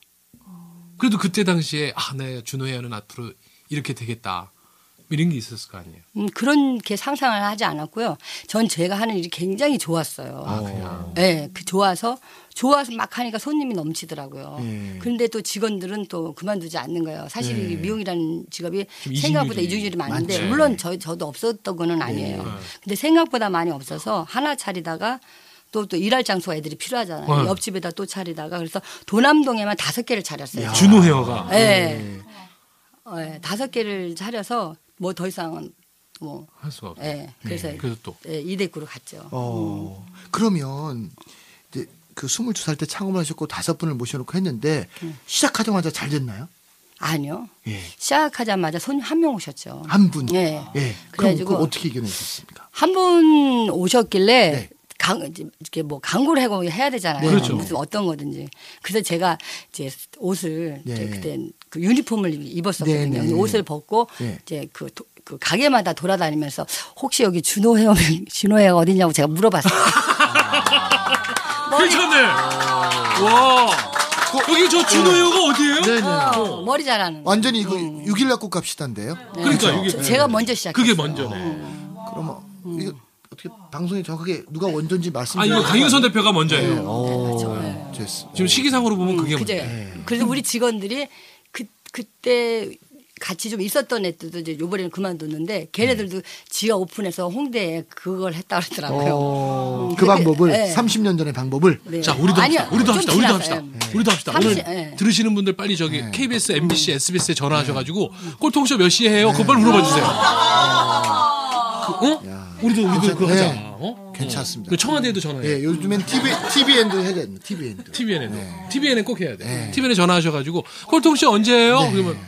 Speaker 1: 그래도 그때 당시에 아, 내 준호 회화는 앞으로 이렇게 되겠다 이런 게 있었을 거 아니에요.
Speaker 3: 음, 그렇게 상상을 하지 않았고요. 전 제가 하는 일이 굉장히 좋았어요.
Speaker 2: 아,
Speaker 1: 아,
Speaker 3: 예, 그 좋아서 좋아서 막 하니까 손님이 넘치더라고요.
Speaker 2: 예.
Speaker 3: 그런데 또 직원들은 또 그만두지 않는 거예요. 사실 이 미용이라는 직업이
Speaker 1: 좀
Speaker 3: 생각보다
Speaker 1: 이중률이
Speaker 3: 이중률이 많은데
Speaker 1: 많죠.
Speaker 3: 물론 저 저도 없었던 거는 아니에요. 근데 생각보다 많이 없어서 하나 차리다가 또 또 일할 장소가 애들이 필요하잖아요.
Speaker 1: 네.
Speaker 3: 옆집에다 또 차리다가 그래서 도남동에만 다섯 개를 차렸어요.
Speaker 1: 준호 회화가
Speaker 3: 예. 어, 예. 다섯 개를 차려서 뭐 더 이상은 뭐
Speaker 1: 할 수가 없어요.
Speaker 3: 예. 그래서
Speaker 1: 그래서 또
Speaker 3: 예, 이대구로 갔죠.
Speaker 2: 어. 그러면 어. 이제 그 22살 때 창업을 하셨고 다섯 분을 모셔놓고 했는데
Speaker 3: 네.
Speaker 2: 시작하자마자 잘 됐나요?
Speaker 3: 아니요.
Speaker 2: 예.
Speaker 3: 시작하자마자 손님 한 명 오셨죠.
Speaker 2: 한 분.
Speaker 3: 예.
Speaker 2: 예. 그럼
Speaker 3: 그래가지고-
Speaker 2: 그걸 어떻게 이겨내셨습니까?
Speaker 3: 한 분 오셨길래
Speaker 2: 네.
Speaker 3: 강, 이제 이렇게 뭐 광고를 하고 해야 되잖아요.
Speaker 2: 네. 그렇죠.
Speaker 3: 무슨 어떤 거든지. 그래서 제가 이제 옷을
Speaker 2: 네.
Speaker 3: 이제 그때 그 유니폼을 입었었거든요.
Speaker 2: 네, 네.
Speaker 3: 옷을 벗고
Speaker 2: 네.
Speaker 3: 이제 그, 도- 그 가게마다 돌아다니면서 혹시 여기 준호 헤어 준호 헤어 어디냐고 제가 물어봤어요. 머리,
Speaker 1: 괜찮네. 와. 여기 저 준호요가 어디예요?
Speaker 2: 네, 네.
Speaker 3: 어, 머리 자라는 거.
Speaker 2: 완전히 이거 6일 낙국 값이단데요.
Speaker 3: 음.
Speaker 2: 그렇죠.
Speaker 3: 네.
Speaker 1: 그러니까 이게-
Speaker 3: 저- 제가 먼저 시작했어요.
Speaker 1: 그게 먼저네.
Speaker 2: 그럼 어,
Speaker 3: 음.
Speaker 2: 이거 어떻게 방송에 정확하게 누가 원조인지 말씀
Speaker 1: 아 이거 강윤선 대표가 먼저예요.
Speaker 2: 네.
Speaker 3: 네,
Speaker 2: 어. 됐어.
Speaker 1: 지금 시기상으로 보면 그게 예.
Speaker 3: 그제.
Speaker 1: 먼저.
Speaker 3: 그래서 우리 직원들이 그 그때 같이 좀 있었던 애들도 이제 요번에는 그만뒀는데 걔네들도 지하 오픈해서 홍대에 그걸 했다 그러더라고요.
Speaker 2: 어,
Speaker 3: 음,
Speaker 2: 그
Speaker 3: 근데-
Speaker 2: 방법을
Speaker 3: 네.
Speaker 2: 30년 전의 방법을
Speaker 3: 네.
Speaker 1: 자, 우리도
Speaker 3: 아니요,
Speaker 1: 합시다. 우리도
Speaker 3: 좀
Speaker 1: 합시다. 우리도 합시다.
Speaker 3: 지났어요.
Speaker 1: 우리도 합시다.
Speaker 3: 삼십-
Speaker 1: 오늘
Speaker 3: 예.
Speaker 1: 들으시는 분들 빨리 저기 KBS, MBC, SBS에 전화하셔 가지고 꼴통쇼 몇 시에 해요? 그거 빨리 물어봐 주세요. 그, 어? 우리도 우리도 그거
Speaker 2: 괜찮-
Speaker 1: 하자.
Speaker 2: 네.
Speaker 1: 어?
Speaker 2: 괜찮습니다.
Speaker 1: 그 청와대에도 전화해.
Speaker 2: 예, 요즘엔 TV TVN도 해야 되는 TVN도.
Speaker 1: TVN에도.
Speaker 2: 네.
Speaker 1: TVN에 네. 꼭 해야 돼. TVN에 전화하셔가지고, 꼴통쇼 언제예요? 그러면,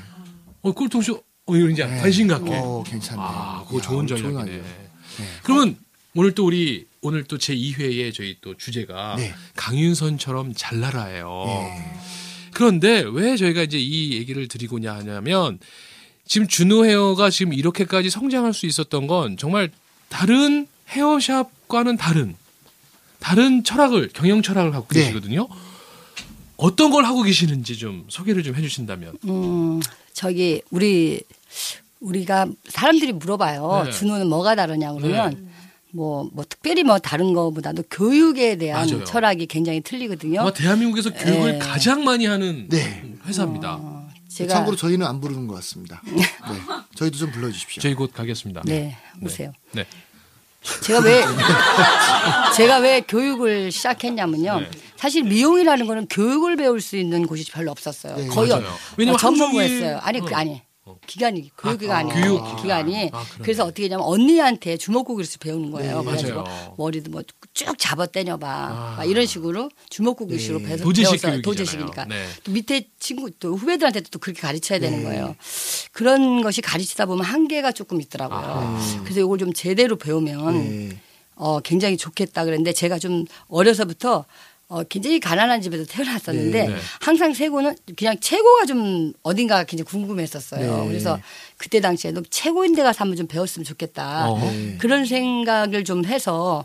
Speaker 1: 어, 꼴통쇼, 어, 이제 관심 갖게.
Speaker 2: 네. 어, 괜찮네.
Speaker 1: 아, 그거
Speaker 2: 야,
Speaker 1: 좋은
Speaker 2: 엄청나게.
Speaker 1: 전략이네. 그러면 오늘 또 우리, 오늘 또 제 2회에 저희 또 주제가
Speaker 2: 네.
Speaker 1: 강윤선처럼 잘나라예요.
Speaker 2: 예.
Speaker 1: 그런데 왜 저희가 이제 이 얘기를 드리고냐 하냐면 지금 준호 헤어가 지금 이렇게까지 성장할 수 있었던 건 정말 다른 헤어샵과는 다른 다른 철학을 경영 철학을 갖고
Speaker 2: 네.
Speaker 1: 계시거든요. 어떤 걸 하고 계시는지 좀 소개를 좀 해주신다면.
Speaker 3: 음, 저기 우리 우리가 사람들이 물어봐요.
Speaker 1: 네.
Speaker 3: 준호는 뭐가 다르냐 그러면 뭐, 뭐 특별히 뭐 다른 거보다도 교육에 대한
Speaker 1: 맞아요. 뭐
Speaker 3: 철학이 굉장히 틀리거든요.
Speaker 1: 아마 대한민국에서 교육을
Speaker 3: 네. 어.
Speaker 1: 가장 많이 하는
Speaker 2: 네.
Speaker 1: 회사입니다.
Speaker 3: 제가
Speaker 2: 참고로 저희는 안 부르는 것 같습니다. 네. 저희도 좀 불러주십시오.
Speaker 1: 저희 곧 가겠습니다.
Speaker 3: 네, 오세요.
Speaker 1: 네.
Speaker 3: 제가 왜 제가 왜 교육을 시작했냐면요.
Speaker 1: 네.
Speaker 3: 사실 미용이라는 거는 교육을 배울 수 있는 곳이 별로 없었어요.
Speaker 2: 네,
Speaker 3: 거의
Speaker 1: 맞아요. 왜냐면
Speaker 3: 전문고였어요.
Speaker 1: 한국이-
Speaker 3: 아니 그
Speaker 1: 어.
Speaker 3: 아니 기간이 교육기가 아, 니
Speaker 1: 교육
Speaker 3: 교육 기간이
Speaker 1: 아, 그러네.
Speaker 3: 그래서 어떻게 했냐면 언니한테 주먹구기로서 배우는 거예요.
Speaker 1: 네,
Speaker 3: 그래가지고
Speaker 1: 맞아요.
Speaker 3: 머리도 뭐 쭉 잡아 떼녀봐 막 이런 식으로 주먹구기식으로
Speaker 2: 네.
Speaker 3: 배워서
Speaker 1: 도제식
Speaker 3: 배워서
Speaker 1: 교육이잖아요.
Speaker 3: 도제식이니까
Speaker 1: 네.
Speaker 3: 또 밑에 친구 또 후배들한테도 또 그렇게 가르쳐야 되는 거예요. 그런 것이 가르치다 보면 한계가 조금 있더라고요.
Speaker 1: 아.
Speaker 3: 그래서 이걸 좀 제대로 배우면
Speaker 2: 네.
Speaker 3: 어, 굉장히 좋겠다 그랬는데 제가 좀 어려서부터 어, 굉장히 가난한 집에서 태어났었는데
Speaker 1: 네.
Speaker 3: 항상 세고는 그냥 최고가 좀 어딘가 굉장히 궁금했었어요.
Speaker 2: 네.
Speaker 3: 그래서 그때 당시에도 최고인 데 가서 한번 좀 배웠으면 좋겠다.
Speaker 1: 어.
Speaker 2: 네.
Speaker 3: 그런 생각을 좀 해서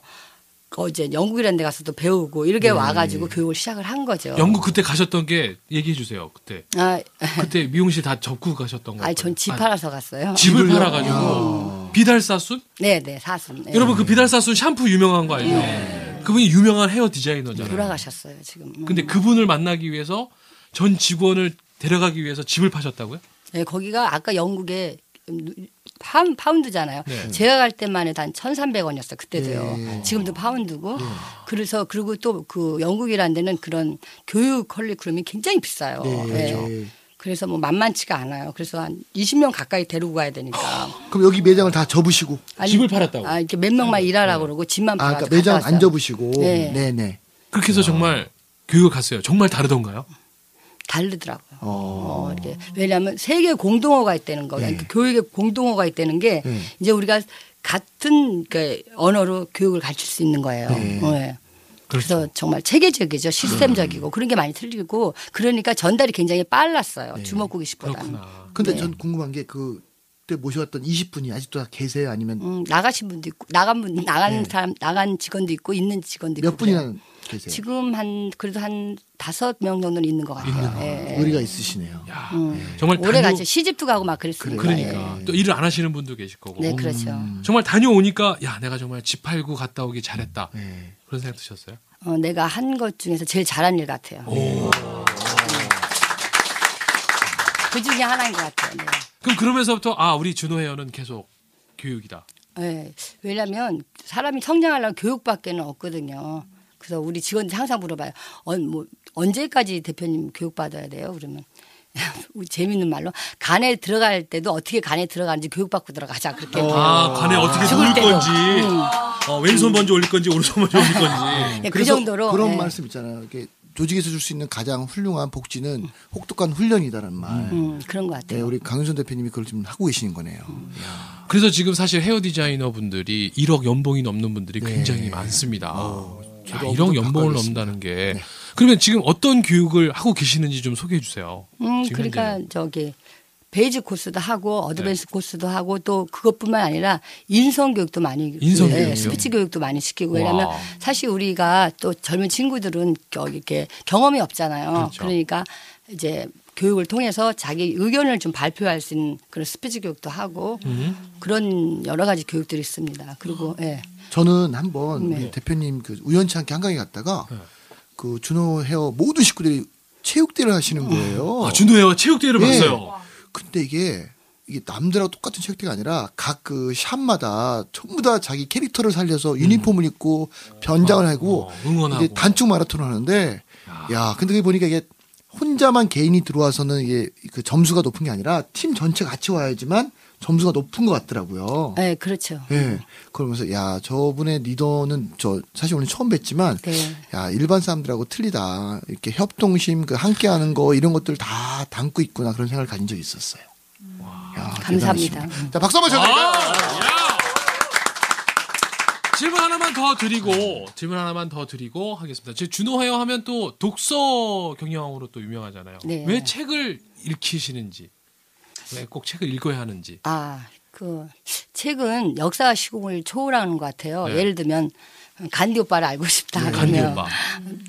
Speaker 3: 어제 영국이라는 데 가서도 배우고 이렇게 와가지고 교육을 시작을 한 거죠.
Speaker 1: 네. 영국 그때 가셨던 게 얘기해 주세요. 그때
Speaker 3: 아,
Speaker 1: 그때 미용실 다 접고 가셨던 거.
Speaker 3: 아니, 전 집 팔아서 갔어요.
Speaker 1: 네. 집을
Speaker 2: 집을요?
Speaker 1: 팔아가지고 비달사순
Speaker 3: 네, 네, 사슴.
Speaker 1: 여러분 그 비달사순 샴푸 유명한 거 알죠? 그분이 유명한 헤어 디자이너잖아요.
Speaker 3: 예. 돌아가셨어요, 지금. 음.
Speaker 1: 근데 그분을 만나기 위해서 전 직원을 데려가기 위해서 집을 파셨다고요?
Speaker 3: 네, 거기가 아까 영국에 파, 파운드잖아요.
Speaker 1: 네.
Speaker 3: 제가 갈 때만 해도 한 1,300원이었어요. 그때도요.
Speaker 2: 네.
Speaker 3: 지금도 파운드고. 그래서 그리고 또 그 영국이라는 데는 그런 교육 컬리큘럼이 굉장히 비싸요. 네.
Speaker 2: 그렇죠.
Speaker 3: 그래서 뭐 만만치가 않아요. 그래서 한 20명 가까이 데리고 가야 되니까.
Speaker 2: 그럼 여기 매장을 다 접으시고
Speaker 3: 아니,
Speaker 1: 집을 팔았다고.
Speaker 3: 아, 이렇게 몇 명만 일하라고 그러고 집만
Speaker 2: 아
Speaker 3: 팔아.
Speaker 2: 그러니까 매장 안 접으시고
Speaker 3: 네.
Speaker 2: 네네
Speaker 1: 그렇게 해서 정말 교육을 갔어요. 정말 다르던가요?
Speaker 3: 다르더라고요.
Speaker 2: 어.
Speaker 3: 어, 이렇게. 왜냐하면 세계 공동어가 있다는 거, 그러니까 교육의 공동어가 있다는 게
Speaker 2: 네.
Speaker 3: 이제 우리가 같은 그 언어로 교육을 가르칠 수 있는 거예요.
Speaker 2: 네.
Speaker 3: 네. 그래서 정말 체계적이죠, 시스템적이고 그런 게 많이 틀리고 그러니까 전달이 굉장히 빨랐어요. 주먹구기식보다는.
Speaker 1: 그렇구나.
Speaker 2: 근데
Speaker 3: 네.
Speaker 2: 전 궁금한 게 그때 모셔왔던 20분이 아직도 다 계세요 아니면
Speaker 3: 음, 나가신 분도 있고 나간 분 나간
Speaker 2: 네.
Speaker 3: 사람 나간 직원도 있고 있는 직원도 있고
Speaker 2: 몇 분이나 계세요?
Speaker 3: 네. 지금 한 그래도 한 다섯 명 정도는 있는 것 같아요. 예, 예.
Speaker 2: 의리가 있으시네요.
Speaker 1: 야,
Speaker 3: 음.
Speaker 1: 정말
Speaker 3: 오래
Speaker 1: 다녀-
Speaker 3: 가죠. 시집도 가고 막 그랬으니까.
Speaker 1: 그러니까 음. 또 일을 안 하시는 분도 계실 거고.
Speaker 3: 예. 네, 그렇죠.
Speaker 1: 정말 다녀오니까 야 내가 정말 집 팔고 갔다 오기 잘했다
Speaker 2: 네.
Speaker 1: 그런 생각 드셨어요?
Speaker 3: 어, 내가 한 것 중에서 제일 잘한 일 같아요. 네. 그 중에 하나인 것 같아요. 네.
Speaker 1: 그럼 그러면서부터 아 우리 준호 회원은 계속 교육이다.
Speaker 3: 네. 왜냐하면 사람이 성장하려면 교육밖에는 없거든요. 그래서 우리 직원들 항상 물어봐요. 어, 뭐, 언제까지 대표님 교육 받아야 돼요? 그러면 재밌는 말로 간에 들어갈 때도 어떻게 간에 들어가는지 교육받고 들어가자 그렇게.
Speaker 4: 아, 간에 어떻게
Speaker 3: 죽을
Speaker 4: 누울
Speaker 3: 때도.
Speaker 4: 건지,
Speaker 1: 음.
Speaker 4: 어, 왼손 먼저 올릴 건지, 오른손 먼저 올릴
Speaker 1: 아.
Speaker 4: 건지.
Speaker 3: 네, 그
Speaker 2: 그래서
Speaker 3: 정도로
Speaker 2: 그런
Speaker 3: 네.
Speaker 2: 말씀 있잖아요. 이게 조직에서 줄 수 있는 가장 훌륭한 복지는 혹독한 훈련이다라는 말.
Speaker 3: 음, 그런 것
Speaker 2: 네,
Speaker 3: 같아요.
Speaker 2: 우리 강윤선 대표님이 그걸 지금 하고 계시는 거네요.
Speaker 3: 음.
Speaker 2: 야,
Speaker 1: 그래서 지금 사실 헤어 디자이너 분들이 1억 연봉이 넘는 분들이
Speaker 4: 네.
Speaker 1: 굉장히 많습니다.
Speaker 4: 어,
Speaker 1: 야,
Speaker 2: 저도
Speaker 1: 1억
Speaker 2: 엄청
Speaker 1: 연봉을
Speaker 2: 바꿔야겠습니다.
Speaker 1: 넘다는 게
Speaker 4: 네.
Speaker 1: 그러면 지금 어떤 교육을 하고 계시는지 좀 소개해 주세요.
Speaker 3: 음,
Speaker 1: 지금
Speaker 3: 그러니까
Speaker 1: 현재는.
Speaker 3: 저기 베이직 코스도 하고 어드밴스
Speaker 1: 네.
Speaker 3: 코스도 하고 또 그것뿐만 아니라 인성 교육도 많이
Speaker 1: 인성
Speaker 3: 예,
Speaker 1: 교육이요?
Speaker 3: 스피치 교육도 많이 시키고
Speaker 1: 와.
Speaker 3: 왜냐면 사실 우리가 또 젊은 친구들은 겨- 이렇게 경험이 없잖아요.
Speaker 1: 그렇죠.
Speaker 3: 그러니까 이제 교육을 통해서 자기 의견을 좀 발표할 수 있는 그런 스피치 교육도 하고
Speaker 1: 음.
Speaker 3: 그런 여러 가지 교육들이 있습니다. 그리고 예.
Speaker 2: 저는 한번
Speaker 3: 네.
Speaker 2: 우리 대표님 그 우연치 않게 한강에 갔다가 그 준호 헤어 모든 식구들이 체육대를
Speaker 3: 음.
Speaker 2: 하시는 거예요.
Speaker 4: 아, 준호회와 체육대회를
Speaker 2: 네.
Speaker 1: 아,
Speaker 4: 봤어요.
Speaker 2: 근데 이게 이게 남들하고 똑같은 체육대가 아니라 각 그 샵마다 전부 다 자기 캐릭터를 살려서 유니폼을
Speaker 3: 음.
Speaker 2: 입고 변장을 하고
Speaker 1: 어, 응원하고.
Speaker 2: 이제 단축 마라톤을 하는데 야 근데 그게 보니까 이게 혼자만 개인이 들어와서는 이게 그 점수가 높은 게 아니라 팀 전체 같이 와야지만 점수가 높은 것 같더라고요.
Speaker 3: 예, 그렇죠.
Speaker 2: 예. 그러면서 야 저분의 리더는 저 사실 오늘 처음 뵀지만
Speaker 3: 네.
Speaker 2: 야 일반 사람들하고 틀리다 이렇게 협동심 그 함께하는 거 이런 것들 다 담고 있구나 그런 생각을 가진 적이 있었어요. 야,
Speaker 3: 감사합니다.
Speaker 2: 대단하십니다. 자 박수 한번
Speaker 1: 아,
Speaker 2: 쳐요.
Speaker 1: 질문 하나만 더 드리고 질문 하나만 더 드리고 하겠습니다. 제 준호 헤어 하면 또 독서 경영으로 또 유명하잖아요.
Speaker 3: 네.
Speaker 1: 왜 책을 읽히시는지 왜 꼭 책을 읽어야 하는지
Speaker 3: 아, 그 책은 역사 시공을 초월하는 것 같아요.
Speaker 1: 네.
Speaker 3: 예를 들면 간디 오빠를 알고 싶다.
Speaker 1: 간디
Speaker 3: 아, 그러면
Speaker 1: 오빠.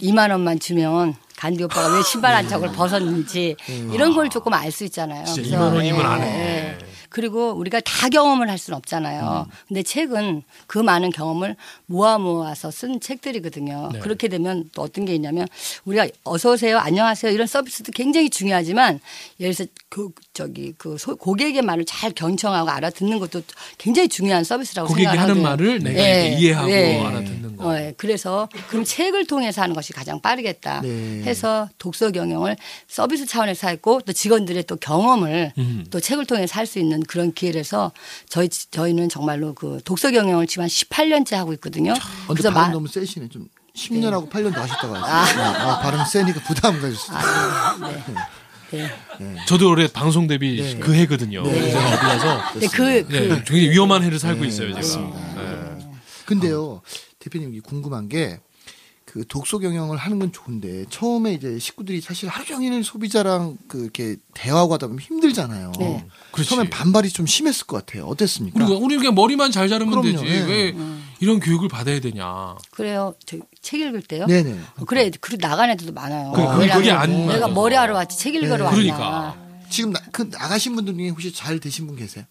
Speaker 3: 2만 원만 주면 간디 오빠가 왜 신발 한 짝을 벗었는지 이런 걸 조금 알 수 있잖아요.
Speaker 1: 음. 진짜
Speaker 3: 그래서 예,
Speaker 1: 2만 원이면 안 해.
Speaker 3: 그리고 우리가 다 경험을 할 수는 없잖아요.
Speaker 1: 음.
Speaker 3: 근데 책은 그 많은 경험을 모아 모아서 쓴 책들이거든요.
Speaker 1: 네.
Speaker 3: 그렇게 되면 또 어떤 게 있냐면 우리가 어서 오세요, 안녕하세요 이런 서비스도 굉장히 중요하지만 예를 들어서 그, 저기 그 소- 고객의 말을 잘 경청하고 알아듣는 것도 굉장히 중요한 서비스라고
Speaker 1: 고객이
Speaker 3: 어, 생각하거든요.
Speaker 1: 하는 말을 내가
Speaker 3: 예,
Speaker 1: 이렇게 이해하고
Speaker 3: 예.
Speaker 1: 알아듣는 거.
Speaker 3: 어, 예. 그래서 그럼 책을 통해서 하는 것이 가장 빠르겠다
Speaker 2: 네.
Speaker 3: 해서 독서 경영을 서비스 차원에서 했고 또 직원들의 또 경험을
Speaker 1: 음.
Speaker 3: 또 책을 통해서 할 수 있는 그런 기회에서 저희 저희는 정말로 그 독서 경영을 지금 한 18년째 하고 있거든요.
Speaker 2: 근데
Speaker 3: 그래서
Speaker 2: 발음
Speaker 3: 마-
Speaker 2: 너무 세시네 좀 10년하고 8년 더 하셨다고 하셨어요. 아, 발음 세니까 부담 가졌어요.
Speaker 3: 아, 네. 네.
Speaker 1: 저도 올해 방송 데뷔 그 해거든요. 그래서 어디 가서
Speaker 3: 근데 그, 그
Speaker 1: 네, 굉장히 위험한 해를 살고 있어요 제가. 네.
Speaker 2: 근데요 대표님 이게 궁금한 게 그 독서 경영을 하는 건 좋은데 처음에 이제 식구들이 사실 하루 종일 소비자랑 그 이렇게 대화하고 하다 보면 힘들잖아요.
Speaker 3: 네.
Speaker 1: 그렇지.
Speaker 2: 처음엔 반발이 좀 심했을 것 같아요. 어땠습니까?
Speaker 1: 우리가 우리 그냥 머리만 잘 자르면
Speaker 2: 그럼요,
Speaker 1: 되지
Speaker 3: 네.
Speaker 2: 예.
Speaker 1: 왜 이런 교육을 받아야 되냐.
Speaker 3: 그래요. 저 책 읽을 때요.
Speaker 2: 네네.
Speaker 3: 어, 그래, 그리고 나간 애들도 많아요.
Speaker 1: 그래, 그게- 그게 안
Speaker 3: 왜냐면 내가
Speaker 1: 맞아서.
Speaker 3: 머리하러 왔지 책 읽으러 왔나.
Speaker 1: 그러니까.
Speaker 2: 지금 나, 그 나가신 분들 중에 혹시 잘 되신 분 계세요?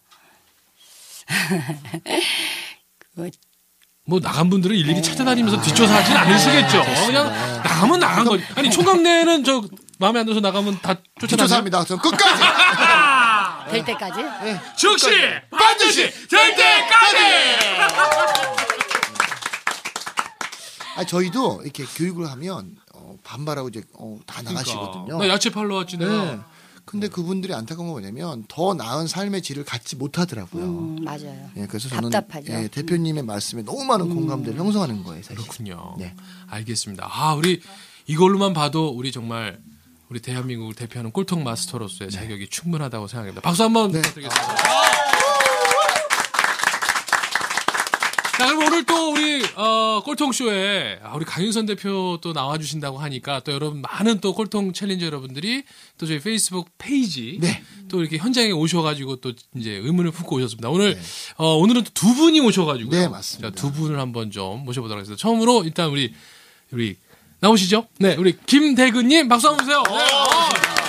Speaker 1: 뭐 나간 분들은 일일이 찾아다니면서 뒷조사 하진 않으시겠죠. 어, 그냥 나가면 나간 거지. 아니 총각내는 저 마음에 안 들어서 나가면 다 쫓아다니.
Speaker 2: 조사합니다. 전 끝까지
Speaker 3: 될 때까지.
Speaker 1: 네. 즉시 반드시 네. 될 때까지.
Speaker 2: 아 저희도 이렇게 교육을 하면 어, 반발하고 이제 어, 다
Speaker 1: 그러니까.
Speaker 2: 나가시거든요.
Speaker 1: 나 네, 야채 팔러 왔지 내가.
Speaker 2: 네. 근데 그분들이 안타까운 건 뭐냐면 더 나은 삶의 질을 갖지 못하더라고요.
Speaker 3: 음, 맞아요.
Speaker 1: 네.
Speaker 2: 예, 그래서 저는
Speaker 3: 답답하죠. 음.
Speaker 2: 예, 대표님의 말씀에 너무 많은 공감대를 형성하는 거예요, 사실.
Speaker 1: 그렇군요.
Speaker 2: 네.
Speaker 1: 알겠습니다. 아, 우리 이걸로만 봐도 우리 정말 우리 대한민국을 대표하는 꼴통 마스터로서의
Speaker 2: 네.
Speaker 1: 자격이 충분하다고 생각합니다. 박수 한번 부탁드리겠습니다. 자, 그럼 오늘 또 우리 어, 꼴통쇼에 아, 우리 강윤선 대표 또 나와주신다고 하니까 또 여러분 많은 또 꼴통 챌린저 여러분들이 또 저희 페이스북 페이지
Speaker 2: 네.
Speaker 1: 또 이렇게 현장에 오셔가지고 또 이제 의문을 품고 오셨습니다. 오늘 어, 오늘은 또 두 분이 오셔가지고
Speaker 2: 네, 맞습니다.
Speaker 1: 두 분을 한번 좀 모셔보도록 하겠습니다. 처음으로 일단 우리 우리 나오시죠? 네, 우리 김대근님 박수 한번 주세요.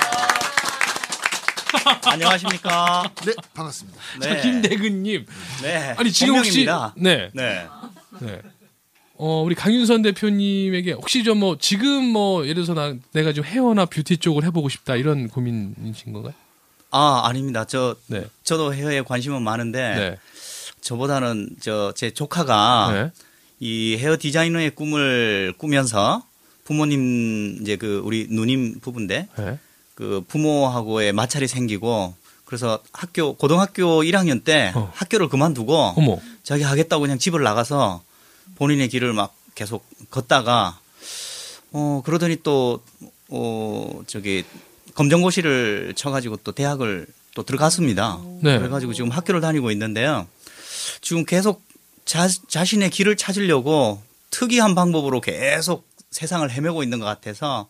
Speaker 5: 안녕하십니까.
Speaker 2: 네, 반갑습니다.
Speaker 1: 자, 김대근님.
Speaker 5: 네.
Speaker 1: 아니 지금 혹시
Speaker 5: 본명입니다.
Speaker 1: 네,
Speaker 5: 네.
Speaker 1: 네. 어, 우리 강윤선 대표님에게 혹시 좀 뭐 지금 뭐 예를 들어서 나, 내가 지금 헤어나 뷰티 쪽을 해보고 싶다 이런 고민이신 건가요?
Speaker 5: 아, 아닙니다. 저
Speaker 1: 네.
Speaker 5: 저도 헤어에 관심은 많은데
Speaker 1: 네.
Speaker 5: 저보다는 저 제 조카가
Speaker 1: 네.
Speaker 5: 이 헤어 디자이너의 꿈을 꾸면서 부모님 이제 그 우리 누님 부부인데
Speaker 1: 네.
Speaker 5: 그 부모하고의 마찰이 생기고 그래서 학교 고등학교 1학년 때
Speaker 1: 어.
Speaker 5: 학교를 그만두고
Speaker 1: 어머.
Speaker 5: 자기 하겠다고 그냥 집을 나가서 본인의 길을 막 계속 걷다가 어 그러더니 또어 저기 검정고시를 쳐가지고 또 대학을 또 들어갔습니다.
Speaker 1: 네.
Speaker 5: 그래가지고 지금 학교를 다니고 있는데요. 지금 계속 자, 자신의 길을 찾으려고 특이한 방법으로 계속 세상을 헤매고 있는 것 같아서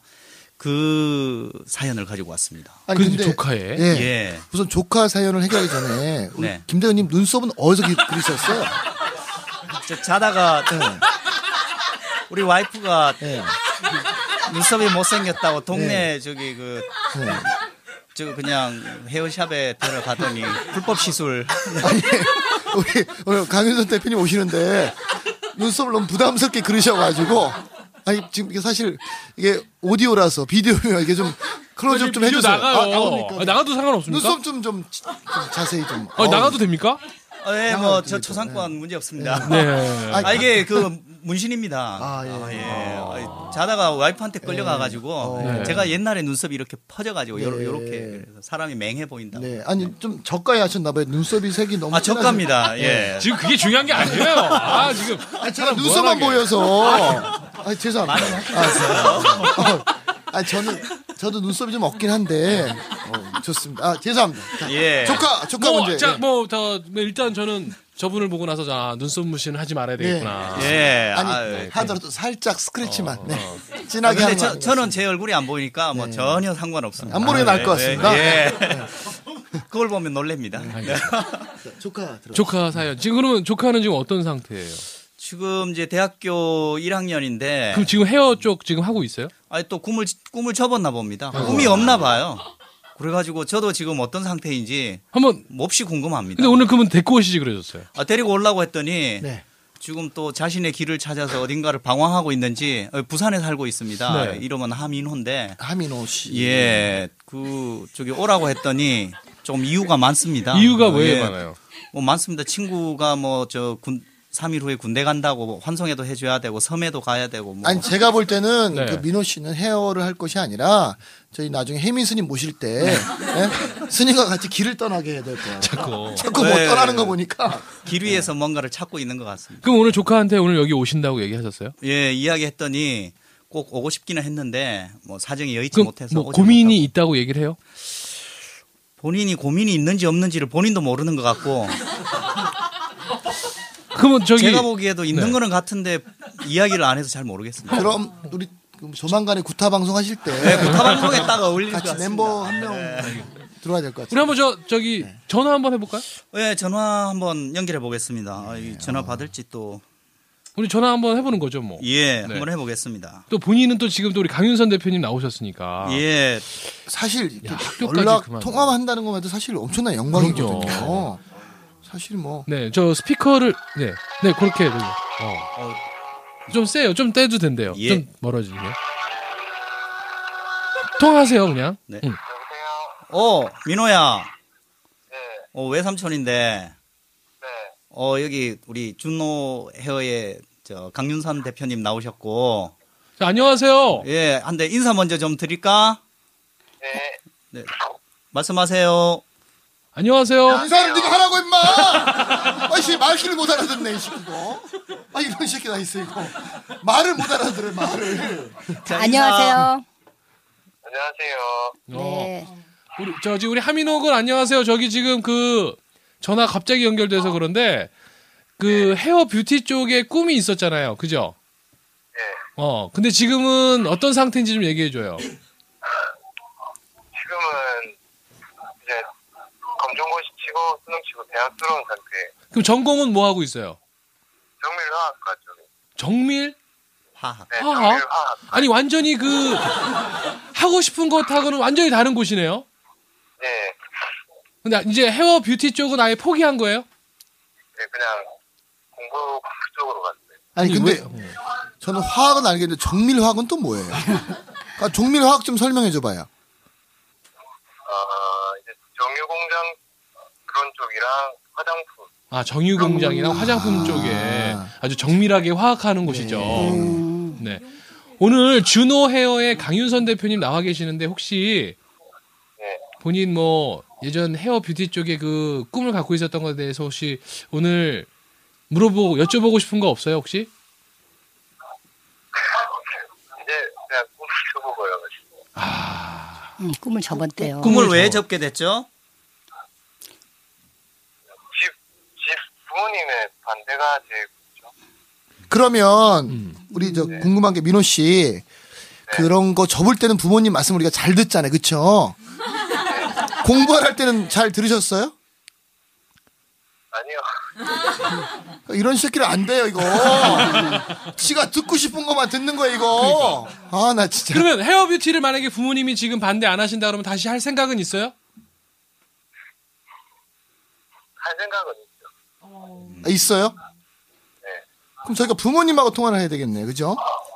Speaker 5: 그 사연을 가지고 왔습니다.
Speaker 2: 아니
Speaker 1: 그래도
Speaker 2: 근데
Speaker 1: 조카의.
Speaker 2: 예.
Speaker 5: 예.
Speaker 2: 우선 조카 사연을 해결하기 전에 우리
Speaker 5: 네.
Speaker 2: 김대현님 눈썹은 어디서 그- 그리셨어요?
Speaker 5: 저 자다가 네. 우리 와이프가
Speaker 2: 예.
Speaker 5: 눈썹이 못생겼다고 동네 저기 그 저
Speaker 2: 네.
Speaker 5: 그냥 헤어샵에 데려가더니 불법 시술
Speaker 2: 아니 우리 오늘 강윤선 대표님 오시는데 눈썹을 너무 부담스럽게 그리셔가지고 아니 지금 이게 사실 이게 오디오라서 비디오면 이게 좀 클로즈업 좀
Speaker 1: 비디오
Speaker 2: 해주세요.
Speaker 1: 나가요.
Speaker 2: 아, 나옵니까?
Speaker 1: 아, 나가도 상관없습니까?
Speaker 2: 눈썹 좀, 좀, 좀 자세히 좀. 어.
Speaker 1: 아, 나가도 됩니까?
Speaker 5: 예,
Speaker 2: 양아
Speaker 5: 뭐
Speaker 2: 어떻게
Speaker 5: 저
Speaker 2: 또,
Speaker 5: 초상권 문제 없습니다.
Speaker 1: 네.
Speaker 2: 아니,
Speaker 5: 아 이게 그 문신입니다.
Speaker 2: 아, 네. 어, 예.
Speaker 5: 아, 자다가 와이프한테 끌려가가지고
Speaker 1: 네.
Speaker 5: 제가 옛날에 눈썹이 이렇게 퍼져가지고 요렇- 요렇게 그래서 사람이 맹해 보인다.
Speaker 2: 네, 아니 좀 저가에 하셨나봐요. 눈썹이 색이 너무.
Speaker 5: 아
Speaker 2: 네.
Speaker 5: 저가입니다. 예.
Speaker 1: 지금 그게 중요한 게 아니에요. 아, 지금.
Speaker 2: 아, 제가 눈썹만 보여서. 아, 죄송합니다. 아, 어, 아, 저는 저도 눈썹이 좀 없긴 한데 어, 좋습니다. 아, 죄송합니다. 자,
Speaker 5: 예.
Speaker 2: 조카, 조카
Speaker 1: 뭐,
Speaker 2: 문제.
Speaker 1: 자,
Speaker 2: 예.
Speaker 1: 뭐, 다, 뭐 일단 저는 저분을 보고 나서 자, 눈썹 무신을 하지 말아야 되겠구나.
Speaker 5: 예.
Speaker 2: 아니
Speaker 5: 아, 예.
Speaker 2: 하더라도 살짝 스크래치만 네.
Speaker 5: 아,
Speaker 2: 진하게
Speaker 5: 근데
Speaker 2: 하는
Speaker 5: 저,
Speaker 2: 거.
Speaker 5: 저는 제 얼굴이 안 보이니까 뭐 전혀 상관없습니다.
Speaker 2: 네. 안 보는 게 나을 것 같습니다. 네.
Speaker 5: 예. 그걸 보면 놀랍니다. 네.
Speaker 2: 조카 들어.
Speaker 1: 조카 사연. 지금 그러면 조카는 지금 어떤 상태예요?
Speaker 5: 지금 이제 대학교
Speaker 2: 그렇죠.
Speaker 5: 1학년인데
Speaker 1: 그럼 지금 헤어 쪽 지금 하고 있어요?
Speaker 5: 아니 또 꿈을 꿈을 접었나 봅니다. 꿈이 없나 봐요. 그래가지고 저도 지금 어떤 상태인지
Speaker 1: 한번.
Speaker 5: 몹시 궁금합니다.
Speaker 1: 근데 오늘 그러면 데리고 오시지 그러셨어요.
Speaker 5: 아, 데리고 오려고 했더니
Speaker 2: 네.
Speaker 5: 지금 또 자신의 길을 찾아서 어딘가를 방황하고 있는지 어, 부산에 살고 있습니다.
Speaker 1: 네.
Speaker 5: 이름은 하민호인데
Speaker 2: 하민호 씨.
Speaker 5: 예, 그 저기 오라고 했더니 좀 이유가 많습니다.
Speaker 1: 이유가
Speaker 5: 어,
Speaker 1: 왜
Speaker 5: 예.
Speaker 1: 많아요?
Speaker 5: 뭐 많습니다. 친구가 뭐 저 군 3일 후에 군대 간다고 환송회도 해줘야 되고 섬에도 가야 되고 뭐
Speaker 2: 아니 제가 볼 때는
Speaker 1: 네.
Speaker 2: 그 민호 씨는 헤어를 할 것이 아니라 저희 나중에 혜민 스님 모실 때 예? 스님과 같이 길을 떠나게 해야 될 거야.
Speaker 1: 네. 자꾸.
Speaker 2: 자꾸 못
Speaker 5: 네.
Speaker 2: 떠나는 거 보니까
Speaker 5: 길 위에서 뭔가를 찾고 있는 것 같습니다.
Speaker 1: 그럼 오늘 조카한테 오늘 여기 오신다고 얘기하셨어요?
Speaker 5: 예, 이야기했더니 꼭 오고 싶기는 했는데 뭐 사정이 여의치
Speaker 1: 그럼
Speaker 5: 못해서
Speaker 1: 뭐
Speaker 5: 오지
Speaker 1: 고민이
Speaker 5: 못하고.
Speaker 1: 있다고 얘기를 해요?
Speaker 5: 본인이 고민이 있는지 없는지를 본인도 모르는 것 같고
Speaker 1: 그러면 저기
Speaker 5: 제가 뭐 보기에도 있는
Speaker 1: 네.
Speaker 5: 거는 같은데 이야기를 안 해서 잘 모르겠습니다.
Speaker 2: 그럼 우리 조만간에 구타 방송 하실 때
Speaker 5: 네, 구타 방송에 딱 어울릴 것
Speaker 2: 같이
Speaker 5: 같습니다.
Speaker 2: 멤버 한 명 들어와야 될
Speaker 1: 네.
Speaker 2: 것
Speaker 1: 우리
Speaker 2: 같아요.
Speaker 1: 한번 저 저기
Speaker 5: 네.
Speaker 1: 전화 한번 해볼까요?
Speaker 5: 예, 전화 한번 연결해 보겠습니다. 아, 이 전화 받을지 또
Speaker 1: 우리 전화 한번 해보는 거죠 뭐. 네.
Speaker 5: 예, 한번 해보겠습니다.
Speaker 1: 또 본인은 또 지금 또 우리 강윤선 대표님 나오셨으니까.
Speaker 5: 예,
Speaker 2: 사실 이렇게
Speaker 1: 야, 학교까지
Speaker 2: 연락
Speaker 1: 그만.
Speaker 2: 통화한다는 것만도 사실 엄청난 영광이거든요.
Speaker 1: 그럼요.
Speaker 2: 사실 뭐
Speaker 1: 네, 저 스피커를 네, 네 그렇게 해요. 어. 좀 세요, 좀 떼도 된대요.
Speaker 5: 예.
Speaker 1: 좀 멀어지게. 통화하세요 그냥.
Speaker 5: 네.
Speaker 1: 응.
Speaker 5: 어 민호야. 어 외삼촌인데. 어 여기 우리 준호 헤어의 저 강윤선 대표님 나오셨고.
Speaker 1: 자, 안녕하세요.
Speaker 5: 예, 한데 인사 먼저 좀 드릴까? 네. 말씀하세요.
Speaker 1: 안녕하세요.
Speaker 2: 인사를 네가 하라고 임마. 아씨 말귀를 못 알아듣네 이 새끼고. 아 이런 새끼 다 있어 이거. 말을 못 알아들어 말을.
Speaker 5: 자, 인사.
Speaker 3: 안녕하세요.
Speaker 6: 안녕하세요.
Speaker 1: 어,
Speaker 3: 네.
Speaker 1: 우리 저지 우리 하민호 군 안녕하세요. 저기 지금 그 전화 갑자기 연결돼서 그런데 그 헤어 뷰티 쪽에 꿈이 있었잖아요. 그죠? 어, 근데 지금은 어떤 상태인지 좀 얘기해 줘요.
Speaker 6: 지금은 이제 검정고시 치고 수능 치고 대학 들어온 상태.
Speaker 1: 그럼 전공은 뭐 하고 있어요?
Speaker 6: 정밀화학과 쪽에.
Speaker 1: 정밀?
Speaker 5: 화학.
Speaker 6: 네,
Speaker 1: 아.
Speaker 6: 정밀화학.
Speaker 1: 아니 완전히 그 하고 싶은 것하고는 완전히 다른 곳이네요.
Speaker 6: 네,
Speaker 1: 근데 이제 헤어 뷰티 쪽은 아예 포기한 거예요?
Speaker 6: 네, 그냥 공부 쪽으로 갔는데.
Speaker 2: 아니
Speaker 1: 아니,
Speaker 2: 근데
Speaker 1: 왜- 네.
Speaker 2: 저는 화학은 알겠는데 정밀화학은 또 뭐예요? 아, 정밀화학 좀 설명해 줘봐요.
Speaker 6: 아 이제 정유공장 그런 쪽이랑 화장품.
Speaker 1: 아 정유 공장이나 화장품 쪽에 아주 정밀하게 화학하는 곳이죠. 네. 오늘 준호 헤어의 강윤선 대표님 나와 계시는데 혹시 본인 뭐 예전 헤어 뷰티 쪽에 그 꿈을 갖고 있었던 것에 대해서 혹시 오늘 물어보고 여쭤보고 싶은 거 없어요 혹시?
Speaker 6: 이제 그냥 꿈을 꿔보고요.
Speaker 3: 음, 꿈을 접었대요.
Speaker 5: 꿈을 왜 접게 됐죠?
Speaker 6: 집, 집 부모님의 반대가 제일 크죠.
Speaker 2: 그러면
Speaker 1: 음.
Speaker 2: 우리 저 궁금한 게 민호
Speaker 1: 네.
Speaker 2: 씨 그런 거 접을 때는 부모님 말씀 우리가 잘 듣잖아요, 그렇죠? 공부할 때는 잘 들으셨어요?
Speaker 6: 아니요.
Speaker 2: 이런 새끼를 안 돼요 이거. 지가 듣고 싶은 것만 듣는 거야 이거. 아 나 진짜.
Speaker 1: 그러니까. 그러면 헤어 뷰티를 만약에 부모님이 지금 반대 안 하신다 그러면 다시 할 생각은 있어요?
Speaker 6: 할 생각은 있죠.
Speaker 2: 아, 있어요?
Speaker 1: 네.
Speaker 2: 그럼 저희가 부모님하고 통화를 해야 되겠네, 그죠?
Speaker 1: 어.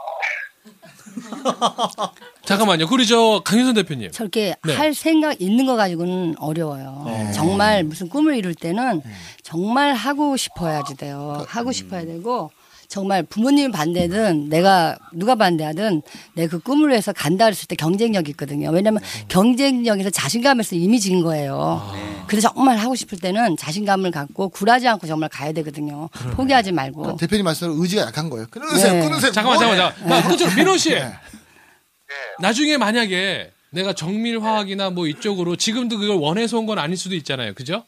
Speaker 1: 잠깐만요. 그리고 저 강윤선 대표님.
Speaker 3: 저렇게
Speaker 1: 네.
Speaker 3: 할 생각 있는 거 가지고는 어려워요. 정말 무슨 꿈을 이룰 때는
Speaker 1: 네.
Speaker 3: 정말 하고 싶어야지
Speaker 1: 그,
Speaker 3: 돼요. 하고
Speaker 1: 음.
Speaker 3: 싶어야 되고 정말 부모님 반대든 내가 누가 반대하든 내 그 꿈을 위해서 간다 했을 때 경쟁력이 있거든요. 왜냐하면
Speaker 1: 네.
Speaker 3: 경쟁력에서 자신감에서 이미지인 거예요.
Speaker 1: 아.
Speaker 3: 그래서 정말 하고 싶을 때는 자신감을 갖고 굴하지 않고 정말 가야 되거든요. 포기하지 말고.
Speaker 2: 대표님 말씀대로 의지가 약한 거예요. 끊으세요,
Speaker 3: 네.
Speaker 2: 끊으세요.
Speaker 1: 잠깐만
Speaker 2: 뭐해?
Speaker 1: 잠깐만 잠깐만. 나 끝으로 민호 씨.
Speaker 6: 네.
Speaker 1: 나중에 만약에 내가 정밀화학이나 뭐 이쪽으로 지금도 그걸 원해서 온 건 아닐 수도 있잖아요. 그죠?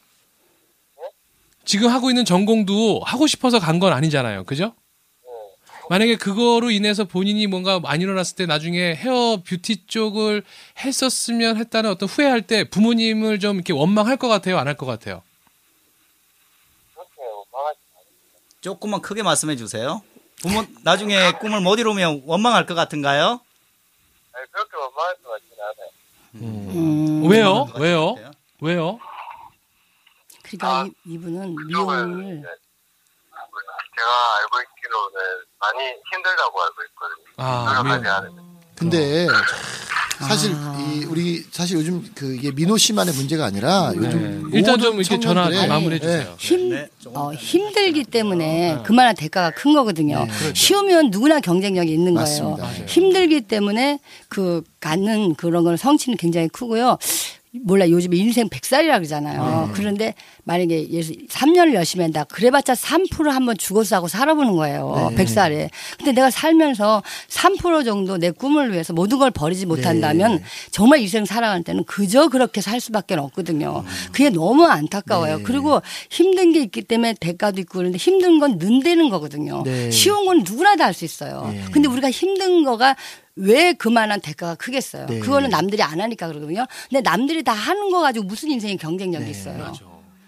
Speaker 1: 지금 하고 있는 전공도 하고 싶어서 간 건 아니잖아요. 그죠? 만약에 그거로 인해서 본인이 뭔가 안 일어났을 때 나중에 헤어 뷰티 쪽을 했었으면 했다는 어떤 후회할 때 부모님을 좀 이렇게 원망할 것 같아요? 안 할 것 같아요?
Speaker 6: 그렇게 원망하지
Speaker 5: 조금만 크게 말씀해 주세요. 부모 나중에 꿈을 못 이루면 원망할 것 같은가요?
Speaker 6: 아니, 그렇게 원망할 것 같진 않아요.
Speaker 3: 음,
Speaker 1: 왜요?
Speaker 5: 같은 것
Speaker 1: 왜요?
Speaker 5: 같아요.
Speaker 1: 왜요?
Speaker 3: 그러니까 이, 이분은
Speaker 1: 아,
Speaker 6: 그러면
Speaker 3: 미용을
Speaker 6: 이제 아, 제가 알고 있기로는 많이 힘들다고 알고 있거든요.
Speaker 1: 아,
Speaker 6: 노력하지
Speaker 1: 미용.
Speaker 6: 않으면.
Speaker 4: 어.
Speaker 2: 근데 사실
Speaker 3: 아.
Speaker 2: 이 우리 사실 요즘 그 이게 민호 씨만의 문제가 아니라
Speaker 4: 네.
Speaker 2: 요즘
Speaker 1: 네. 일단 좀
Speaker 2: 모든
Speaker 1: 이렇게 전화
Speaker 2: 청년들의
Speaker 1: 마무리해 주세요.
Speaker 3: 힘,
Speaker 5: 네, 조금
Speaker 3: 어, 힘들기
Speaker 2: 아, 네.
Speaker 3: 때문에 그만한 대가가 큰 거거든요. 쉬우면 누구나 경쟁력이 있는 거예요.
Speaker 2: 그렇죠. 맞습니다. 맞아요.
Speaker 3: 힘들기 때문에 그 갖는 그런 걸 성취는 굉장히 크고요. 몰라 요즘에 인생 100살이라
Speaker 2: 네.
Speaker 3: 그러잖아요. 그런데 만약에 예를 들어 3년을 열심히 한다. 그래봤자 3% 한번 죽어 싸고 살아보는 거예요.
Speaker 2: 네.
Speaker 3: 100살에. 근데 내가 살면서 3% 정도 내 꿈을 위해서 모든 걸 버리지 못한다면
Speaker 2: 네.
Speaker 3: 정말 일생 살아갈 때는 그저 그렇게 살 수밖에 없거든요. 그게 너무
Speaker 2: 네.
Speaker 3: 안타까워요. 그리고 힘든 게 있기 때문에 대가도 있고 그런데 힘든 건 는대는 거거든요.
Speaker 2: 네.
Speaker 3: 쉬운 건 누구나 다 할 수 있어요. 근데 우리가 힘든 거가 왜 그만한 대가가 크겠어요.
Speaker 2: 네.
Speaker 3: 그거는 남들이 안 하니까 그러거든요. 근데 남들이 다 하는 거 가지고 무슨 인생의
Speaker 2: 네,
Speaker 3: 경쟁력이 있어요.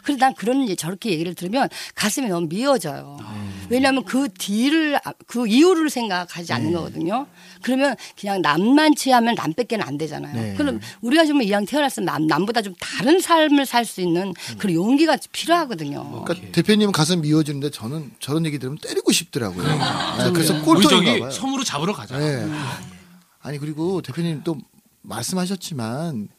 Speaker 3: 그래서 난 그런 이제 저렇게 얘기를 들으면 가슴이 너무 미어져요.
Speaker 2: 아.
Speaker 3: 왜냐하면 그 뒤를 아- 그 이유를 생각하지
Speaker 2: 네.
Speaker 3: 않는 거거든요. 그러면 그냥 남만 치하면 남밖에는 안 되잖아요.
Speaker 2: 네.
Speaker 3: 그럼 우리가 지금 이왕 태어났으면 남, 남보다 좀 다른 삶을 살 수 있는 그런 용기가 필요하거든요.
Speaker 2: 음. 그러니까 대표님 가슴 미워지는데 저는 저런 얘기 들으면 때리고 싶더라고요. 네, 그래서
Speaker 4: 우리
Speaker 2: 꼴통인가
Speaker 4: 저기
Speaker 2: 봐요.
Speaker 4: 섬으로 잡으러 가자.
Speaker 2: 네. 아니 그리고 대표님 또 말씀하셨지만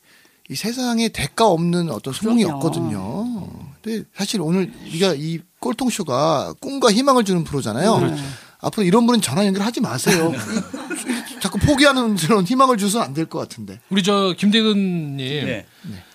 Speaker 2: 이 세상에 대가 없는 어떤 소문이
Speaker 3: 그럼요.
Speaker 2: 없거든요. 근데 사실 오늘 우리가 이 꼴통 쇼가 꿈과 희망을 주는 프로잖아요.
Speaker 1: 네.
Speaker 2: 앞으로 이런 분은 전화 연결하지 마세요. 자꾸 포기하는 그런 희망을 줘서 안 될 것 같은데.
Speaker 1: 우리 저 김대근님,
Speaker 5: 네.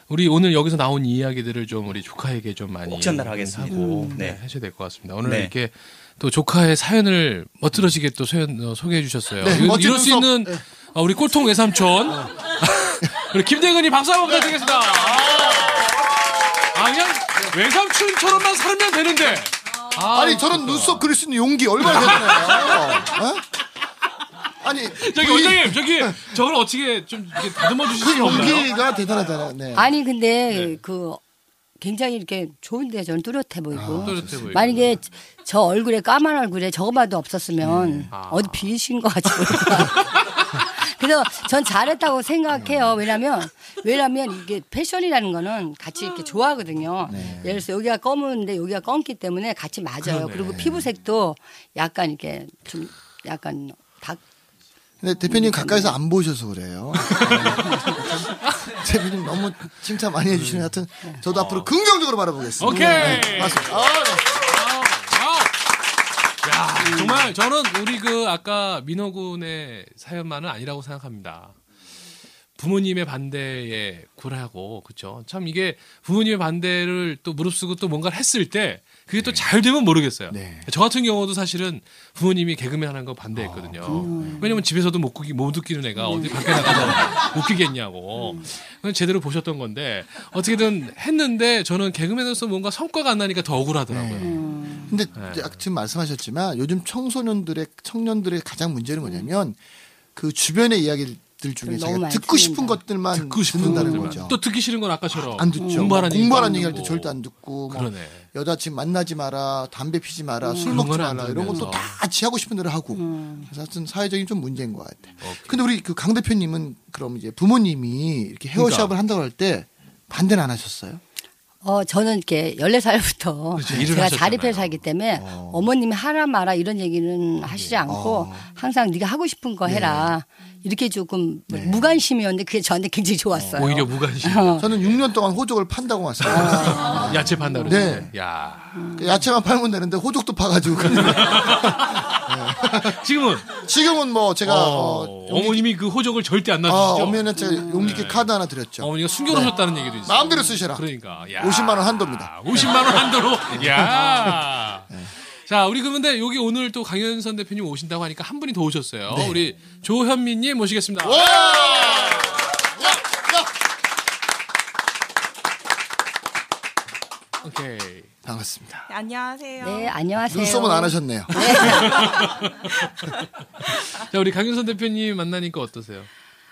Speaker 1: 우리 오늘 여기서 나온 이야기들을 좀 우리 조카에게 좀 많이
Speaker 5: 꼭 전달하겠습니다.
Speaker 1: 하고
Speaker 5: 음.
Speaker 1: 네,
Speaker 5: 네.
Speaker 1: 하셔야 될 것 같습니다. 오늘
Speaker 5: 네.
Speaker 1: 이렇게 또 조카의 사연을 멋들어지게 또 소연, 어, 소개해 주셨어요.
Speaker 2: 네, 어.
Speaker 1: 이거
Speaker 2: 멋진
Speaker 1: 이럴 수
Speaker 2: 눈썹.
Speaker 1: 있는 어, 우리 꼴통 외삼촌 우리 김대근이 박수 한번 부탁드리겠습니다. 아 그냥 외삼촌처럼만 살면 되는데. 아,
Speaker 2: 아니 저런 눈썹 그릴 수 있는 용기 얼마나 대단해요. 어? 아니
Speaker 1: 저기
Speaker 2: 그 이-
Speaker 1: 원장님 저기 저걸 어떻게 좀 이렇게 다듬어 주실
Speaker 2: 그
Speaker 1: 수 없나요?
Speaker 2: 용기가 대단하잖아요. 네.
Speaker 3: 아니 근데 그 굉장히 이렇게 좋은데 저는 뚜렷해 보이고
Speaker 2: 아.
Speaker 1: 뚜렷해 보이고.
Speaker 3: 만약에 저 얼굴에 까만 얼굴에 저거봐도 없었으면 어디 비신 것 같지 그래서 전 잘했다고 생각해요 왜냐면 왜냐면 이게 패션이라는 거는 같이 이렇게 좋아하거든요 예를 들어서 여기가 검은데 여기가 검기 때문에 같이 맞아요 그리고 피부색도 약간 이렇게 좀 약간 닭
Speaker 2: 근데 대표님 가까이서 안 보셔서 그래요. 대표님 너무 칭찬 많이 해주시는 하여튼 저도 앞으로 긍정적으로 바라보겠습니다.
Speaker 1: 오케이.
Speaker 2: 맞습니다. 아, 네.
Speaker 1: 아. 야, 정말 저는 우리 그 아까 민호 군의 사연만은 아니라고 생각합니다. 부모님의 반대에 굴하고 그렇죠. 참 이게 부모님의 반대를 또 무릅쓰고 또 뭔가를 했을 때 그게 또 잘 되면 모르겠어요.
Speaker 2: 네.
Speaker 1: 저 같은 경우도 사실은 부모님이 개그맨 하는 거
Speaker 2: 아,
Speaker 1: 반대했거든요.
Speaker 2: 네.
Speaker 1: 왜냐면 집에서도 못 웃기 못 웃기는 애가 어디 밖에 나가서 웃기겠냐고. 그건 제대로 보셨던 건데 어떻게든 했는데 저는 개그맨으로서 뭔가 성과가 안 나니까 더 억울하더라고요.
Speaker 2: 네. 근데 아까 지금 말씀하셨지만 요즘 청소년들의 청년들의 가장 문제는 뭐냐면 그 주변의 이야기들 중에
Speaker 3: 너무
Speaker 2: 자기가
Speaker 3: 많이
Speaker 2: 듣고 싶은
Speaker 3: 듣는다.
Speaker 2: 것들만
Speaker 1: 듣고 싶은
Speaker 2: 듣는다는
Speaker 1: 것들만.
Speaker 2: 거죠.
Speaker 1: 또 듣기 싫은 건 아까처럼
Speaker 2: 안 듣죠. 뭐
Speaker 1: 공부하라는 얘기도
Speaker 2: 공부하라는
Speaker 1: 안
Speaker 2: 얘기할 때
Speaker 1: 듣고.
Speaker 2: 절대 안 듣고 뭐
Speaker 1: 그러네. 음.
Speaker 2: 여자친구 만나지 마라, 담배 피지 마라, 술
Speaker 1: 그런
Speaker 2: 먹지
Speaker 1: 건안
Speaker 2: 마라 이런 것도
Speaker 1: 들으면서.
Speaker 2: 다 지하고 싶은 대로 하고
Speaker 3: 음.
Speaker 2: 그래서 하여튼 사회적인 좀 문제인 것 같아.
Speaker 1: 오케이.
Speaker 2: 근데 우리 그 강 대표님은 그럼 이제 부모님이 이렇게 헤어샵을
Speaker 1: 그러니까.
Speaker 2: 한다고 할 때 반대는 안 하셨어요?
Speaker 3: 어, 저는 이렇게 14살부터
Speaker 1: 그렇죠. 일을
Speaker 3: 제가
Speaker 1: 하셨잖아요.
Speaker 3: 자립해서 살기 때문에 어. 머님이 하라 마라 이런
Speaker 1: 예.
Speaker 3: 얘기는 하시지 않고
Speaker 1: 어.
Speaker 3: 항상 네가 하고 싶은 거 해라. 이렇게 조금 무관심이었는데 그게 저한테 굉장히 네. 좋았어요.
Speaker 1: 네. 오히려 무관심.
Speaker 2: 저는 6년 동안 호적을 판다고 왔어요.
Speaker 1: 야채 판다로.
Speaker 2: 네.
Speaker 1: 야.
Speaker 2: 그 야채만 팔면 되는데 호적도 파가지고
Speaker 1: 지금은
Speaker 2: 지금은 뭐 제가
Speaker 1: 어,
Speaker 2: 어,
Speaker 1: 어머님이 그 호적을 절대 안 놔주시죠.
Speaker 2: 어, 어머니한테 제가 용기 있게 카드 하나 드렸죠.
Speaker 1: 어머니가 숨겨놓으셨다는 얘기도 있어요.
Speaker 2: 마음대로 쓰셔라.
Speaker 1: 그러니까. 야.
Speaker 2: 50만 원 한도입니다.
Speaker 1: 50만 아, 원 한도로. 야. 자, 우리 그런데 여기 오늘 또 강현선 대표님 오신다고 하니까 한 분이 더 오셨어요. 우리 조현민님 모시겠습니다.
Speaker 2: 와! 야, 야.
Speaker 1: 오케이.
Speaker 2: 반갑습니다.
Speaker 7: 안녕하세요.
Speaker 3: 네, 안녕하세요. 아.
Speaker 2: 눈썹은 안 하셨네요.
Speaker 1: 자, 우리 강현선 대표님 만나니까 어떠세요?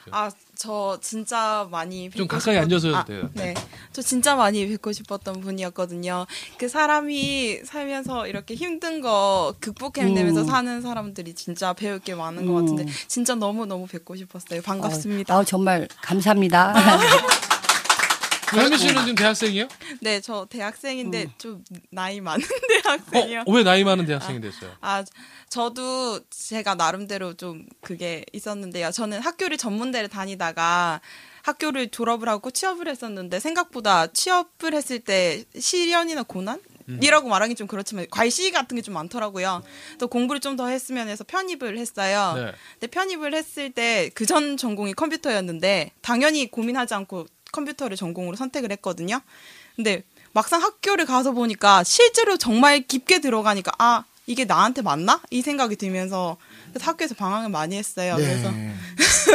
Speaker 7: 아, 저 진짜 많이 뵙고
Speaker 1: 좀 가까이
Speaker 7: 싶었-
Speaker 1: 앉아서 해도
Speaker 7: 아,
Speaker 1: 돼요.
Speaker 7: 네. 저 진짜 많이 뵙고 싶었던 분이었거든요. 그 사람이 살면서 이렇게 힘든 거
Speaker 1: 음.
Speaker 7: 극복해내면서 사는 사람들이 진짜 배울 게 많은 것 같은데 진짜 너무너무 뵙고 싶었어요. 반갑습니다.
Speaker 3: 어, 아, 정말 감사합니다.
Speaker 1: 현민 씨는 지금 대학생이에요?
Speaker 7: 네, 저 대학생인데 좀 나이 많은 대학생이요.
Speaker 1: 음. 어, 왜 나이 많은 대학생이 됐어요?
Speaker 7: 아, 저도 제가 나름대로 좀 그게 있었는데요. 저는 학교를 전문대를 다니다가 학교를 졸업을 하고 취업을 했었는데 생각보다 취업을 했을 때 시련이나 고난? 이라고
Speaker 1: 음.
Speaker 7: 말하기 좀 그렇지만 과시 같은 게 좀 많더라고요. 또 공부를 좀 더 했으면 해서 편입을 했어요.
Speaker 1: 네.
Speaker 7: 근데 편입을 했을 때 그 전 전공이 컴퓨터였는데 당연히 고민하지 않고 컴퓨터를 전공으로 선택을 했거든요. 근데 막상 학교를 가서 보니까 실제로 정말 깊게 들어가니까 아 이게 나한테 맞나 이 생각이 들면서 그래서 학교에서 방황을 많이 했어요. 그래서
Speaker 2: 네.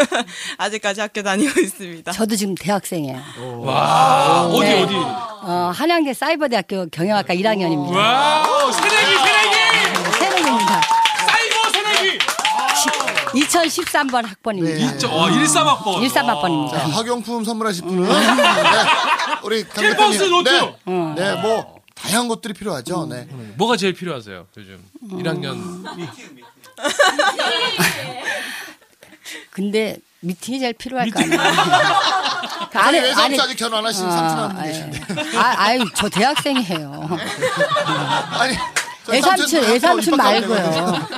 Speaker 7: 아직까지 학교 다니고 있습니다.
Speaker 3: 저도 지금 대학생이에요.
Speaker 1: 아. 와, 어디,
Speaker 3: 네.
Speaker 1: 어디?
Speaker 3: 어, 한양대 사이버대학교 경영학과 1학년입니다.
Speaker 1: 와, 새내기, 새내기!
Speaker 3: 새내기입니다.
Speaker 1: 사이버 새내기!
Speaker 3: 2013번 학번입니다.
Speaker 2: 네.
Speaker 1: 진짜, 와, 13학번.
Speaker 3: 13학번입니다.
Speaker 2: 자, 학용품 선물하실
Speaker 3: 음.
Speaker 2: 분은 네, 우리 강
Speaker 1: 킬박스
Speaker 2: 대표님.
Speaker 1: 노트!
Speaker 2: 네,
Speaker 3: 어.
Speaker 2: 네, 뭐 다양한 것들이 필요하죠. 네.
Speaker 1: 뭐가 제일 필요하세요, 요즘?
Speaker 3: 음.
Speaker 1: 1학년. 아.
Speaker 3: 근데 미팅이 제일 필요할 거 아니에요. 그
Speaker 2: 아니
Speaker 3: 안에-
Speaker 2: 왜
Speaker 3: 안에-
Speaker 2: 삼수 아직 결혼 안 하신 삼촌 한분
Speaker 3: 아유,
Speaker 2: 계신데.
Speaker 1: 네.
Speaker 3: 아, 아유, 저 대학생이에요.
Speaker 1: 아,
Speaker 2: 아니
Speaker 1: 네.
Speaker 2: 저희
Speaker 3: 예, 애삼촌,
Speaker 2: 삼촌
Speaker 3: 애삼촌
Speaker 2: 밖에 안 되거든요.
Speaker 3: 말고요.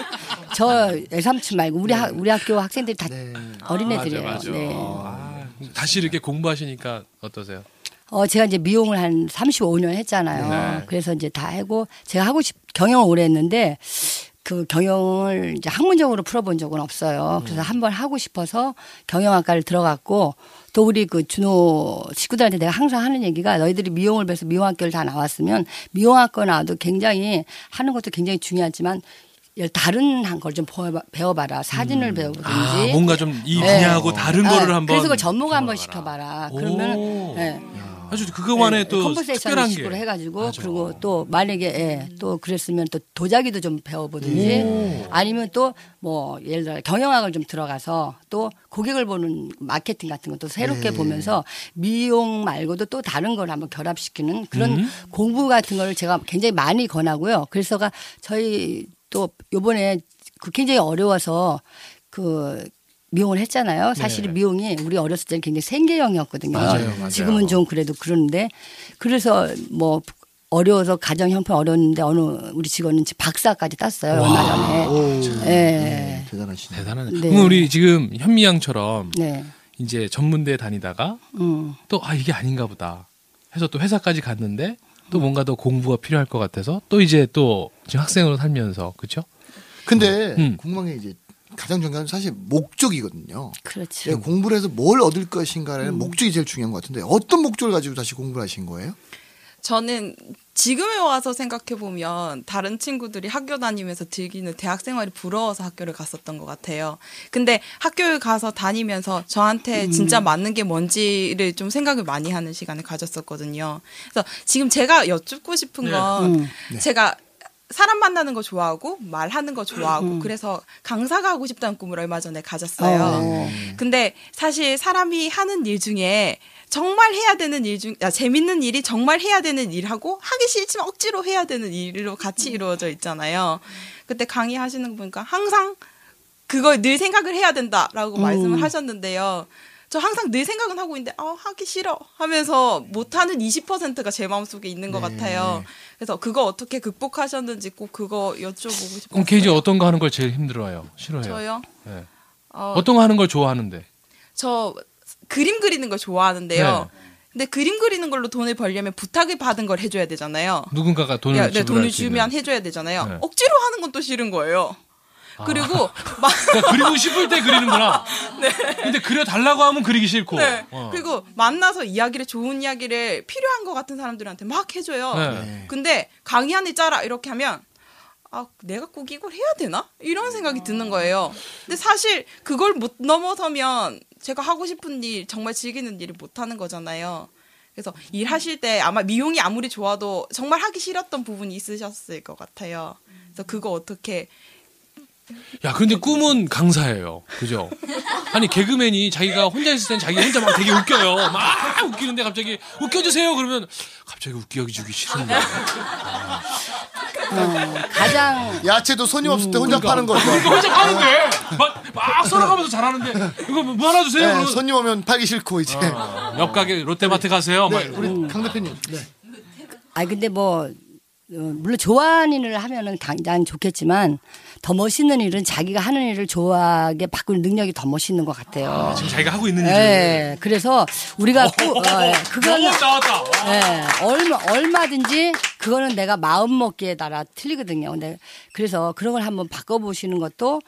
Speaker 3: 저 애삼촌 말고 우리 학, 우리 학교 학생들이 다 어린애들이에요.
Speaker 1: 네. 맞아, 맞아.
Speaker 3: 네.
Speaker 1: 다시 이렇게 공부하시니까 어떠세요?
Speaker 3: 어, 제가 이제 미용을 한 35년 했잖아요.
Speaker 1: 네.
Speaker 3: 그래서 이제 다 하고 제가 하고 싶 경영을 오래 했는데 그 경영을 이제 학문적으로 풀어본 적은
Speaker 1: 음.
Speaker 3: 없어요. 그래서 한번 하고 싶어서 경영학과를 들어갔고 또 우리 그 준호 식구들한테 내가 항상 하는 얘기가 너희들이 미용을 배서 미용학교를 다 나왔으면 미용학과 나와도 굉장히 하는 것도 굉장히 중요하지만 다른 한 걸 좀 배워봐라. 사진을 배워보든지.
Speaker 1: 아, 뭔가 좀 이
Speaker 3: 네.
Speaker 1: 분야하고 다른
Speaker 3: 아,
Speaker 1: 거를 한번.
Speaker 3: 그래서 그걸 전문가 한번
Speaker 1: 배워봐라.
Speaker 3: 시켜봐라. 아, 그러면
Speaker 1: 오.
Speaker 3: 예.
Speaker 1: 아주 그거만의
Speaker 3: 예,
Speaker 1: 또 특별한
Speaker 3: 컨버세이션식으로
Speaker 1: 게.
Speaker 3: 해가지고
Speaker 1: 맞아.
Speaker 3: 그리고 또 만약에 예, 또 그랬으면 또 도자기도 좀 배워보든지 아니면 또 뭐 예를 들어 경영학을 좀 들어가서 또 고객을 보는 마케팅 같은 것도
Speaker 1: 네.
Speaker 3: 새롭게 보면서 미용 말고도 또 다른 걸 한번 결합시키는 그런
Speaker 1: 음.
Speaker 3: 공부 같은 걸 제가 굉장히 많이 권하고요. 그래서가 저희 또 요번에 그 굉장히 어려워서 그 미용을 했잖아요. 사실
Speaker 1: 네.
Speaker 3: 미용이 우리 어렸을 때는 굉장히 생계형이었거든요. 네.
Speaker 1: 맞아요, 맞아요.
Speaker 3: 지금은 좀 그래도 그런데 그래서 뭐 어려워서 가정 형편 어려웠는데 어느 우리 직원은 지금 박사까지 땄어요 얼마 전에.
Speaker 2: 오,
Speaker 3: 예.
Speaker 2: 음, 대단하시네.
Speaker 1: 대단하네.
Speaker 3: 네.
Speaker 1: 그럼 우리 지금 현미양처럼
Speaker 3: 네.
Speaker 1: 이제 전문대 다니다가
Speaker 3: 음.
Speaker 1: 또 아 이게 아닌가 보다 해서 또 회사까지 갔는데 또 뭔가 더 공부가 필요할 것 같아서 또 이제 또 지금 학생으로 살면서 그렇죠?
Speaker 2: 근데
Speaker 1: 음.
Speaker 2: 궁금한 게 이제 가장 중요한 건 사실 목적이거든요.
Speaker 3: 그렇죠.
Speaker 2: 제가 공부를 해서 뭘 얻을 것인가라는 목적이 제일 중요한 것 같은데 어떤 목적을 가지고 다시 공부를 하신 거예요?
Speaker 7: 저는 지금에 와서 생각해 보면 다른 친구들이 학교 다니면서 즐기는 대학 생활이 부러워서 학교를 갔었던 것 같아요. 근데 학교를 가서 다니면서 저한테 진짜 맞는 게 뭔지를 좀 생각을 많이 하는 시간을 가졌었거든요. 그래서 지금 제가 여쭙고 싶은
Speaker 4: 네.
Speaker 7: 건
Speaker 3: 음.
Speaker 7: 제가 사람 만나는 거 좋아하고 말하는 거 좋아하고 그래서 강사가 하고 싶다는 꿈을 얼마 전에 가졌어요.
Speaker 3: 어.
Speaker 7: 근데 사실 사람이 하는 일 중에 정말 해야 되는 일 중, 아, 재밌는 일이 정말 해야 되는 일하고 하기 싫지만 억지로 해야 되는 일로 같이 이루어져 있잖아요. 그때 강의하시는 거 보니까 항상 그걸 늘 생각을 해야 된다라고
Speaker 1: 음.
Speaker 7: 말씀을 하셨는데요. 저 항상 늘 생각은 하고 있는데 아 하기 싫어 하면서 못하는 20%가 제 마음속에 있는 것
Speaker 2: 네.
Speaker 7: 같아요. 그래서 그거 어떻게 극복하셨는지 꼭 그거 여쭤보고 싶어요.
Speaker 1: 그럼 케이지 어떤 거 하는 걸 제일 힘들어요? 싫어해요?
Speaker 7: 저요?
Speaker 1: 네.
Speaker 7: 어,
Speaker 1: 어떤 거 하는 걸 좋아하는데?
Speaker 7: 저 그림 그리는 걸 좋아하는데요.
Speaker 1: 네.
Speaker 7: 근데 그림 그리는 걸로 돈을 벌려면 부탁을 받은 걸 해줘야 되잖아요.
Speaker 1: 누군가가 돈을
Speaker 7: 야, 네,
Speaker 1: 지불할
Speaker 7: 돈을
Speaker 1: 수 있는.
Speaker 7: 주면 해줘야 되잖아요.
Speaker 1: 네. 아.
Speaker 7: 억지로 하는 건 또 싫은 거예요. 그리고 막
Speaker 1: 그러니까 그리고 싶을 때 그리는구나. 근데 그려 달라고 하면 그리기 싫고.
Speaker 7: 네.
Speaker 1: 어.
Speaker 7: 그리고 만나서 이야기를 좋은 이야기를 필요한 것 같은 사람들한테 막 해줘요.
Speaker 1: 네.
Speaker 2: 네.
Speaker 7: 근데 강의 안에 짜라 이렇게 하면 아 내가 꼭 이걸 해야 되나 이런 생각이 드는 거예요. 근데 사실 그걸 못 넘어서면 제가 하고 싶은 일 정말 즐기는 일을 못 하는 거잖아요. 그래서 일하실 때 아마 미용이 아무리 좋아도 정말 하기 싫었던 부분이 있으셨을 것 같아요. 그래서 그거 어떻게
Speaker 1: 야, 근데 꿈은 강사예요. 그죠? 아니, 개그맨이 자기가 혼자 있을 땐 자기 혼자 막 되게 웃겨요. 막 웃기는데 갑자기 웃겨주세요. 그러면 갑자기 웃기기 주기 싫은데.
Speaker 3: 어, 가장
Speaker 2: 야채도 손님 없을 때 혼자 파는 거죠.
Speaker 1: 혼자 하는데! 막, 막 썰어가면서 잘하는데. 이거 뭐 하나 주세요.
Speaker 2: 네,
Speaker 1: 그러면 아,
Speaker 2: 손님 오면 팔기 싫고 이제.
Speaker 1: 옆 가게 롯데마트 가세요. 막
Speaker 2: 네,
Speaker 1: 이러고.
Speaker 2: 우리 강 대표님. 네.
Speaker 3: 아 근데 뭐 어, 물론 좋아하는 일을 하면은 당장 좋겠지만 더 멋있는 일은 자기가 하는 일을 좋아하게 바꾸는 능력이 더 멋있는 것 같아요.
Speaker 1: 지금 자기가 하고 있는
Speaker 3: 예.
Speaker 1: 일을.
Speaker 3: 그래서 우리가 꾸- 어, 예. 그거는
Speaker 1: 영혼 나왔다. 와.
Speaker 3: 예, 얼마, 얼마든지 그거는 내가 마음 먹기에 따라 틀리거든요. 근데 그래서 그런 걸 한번 바꿔보시는 것도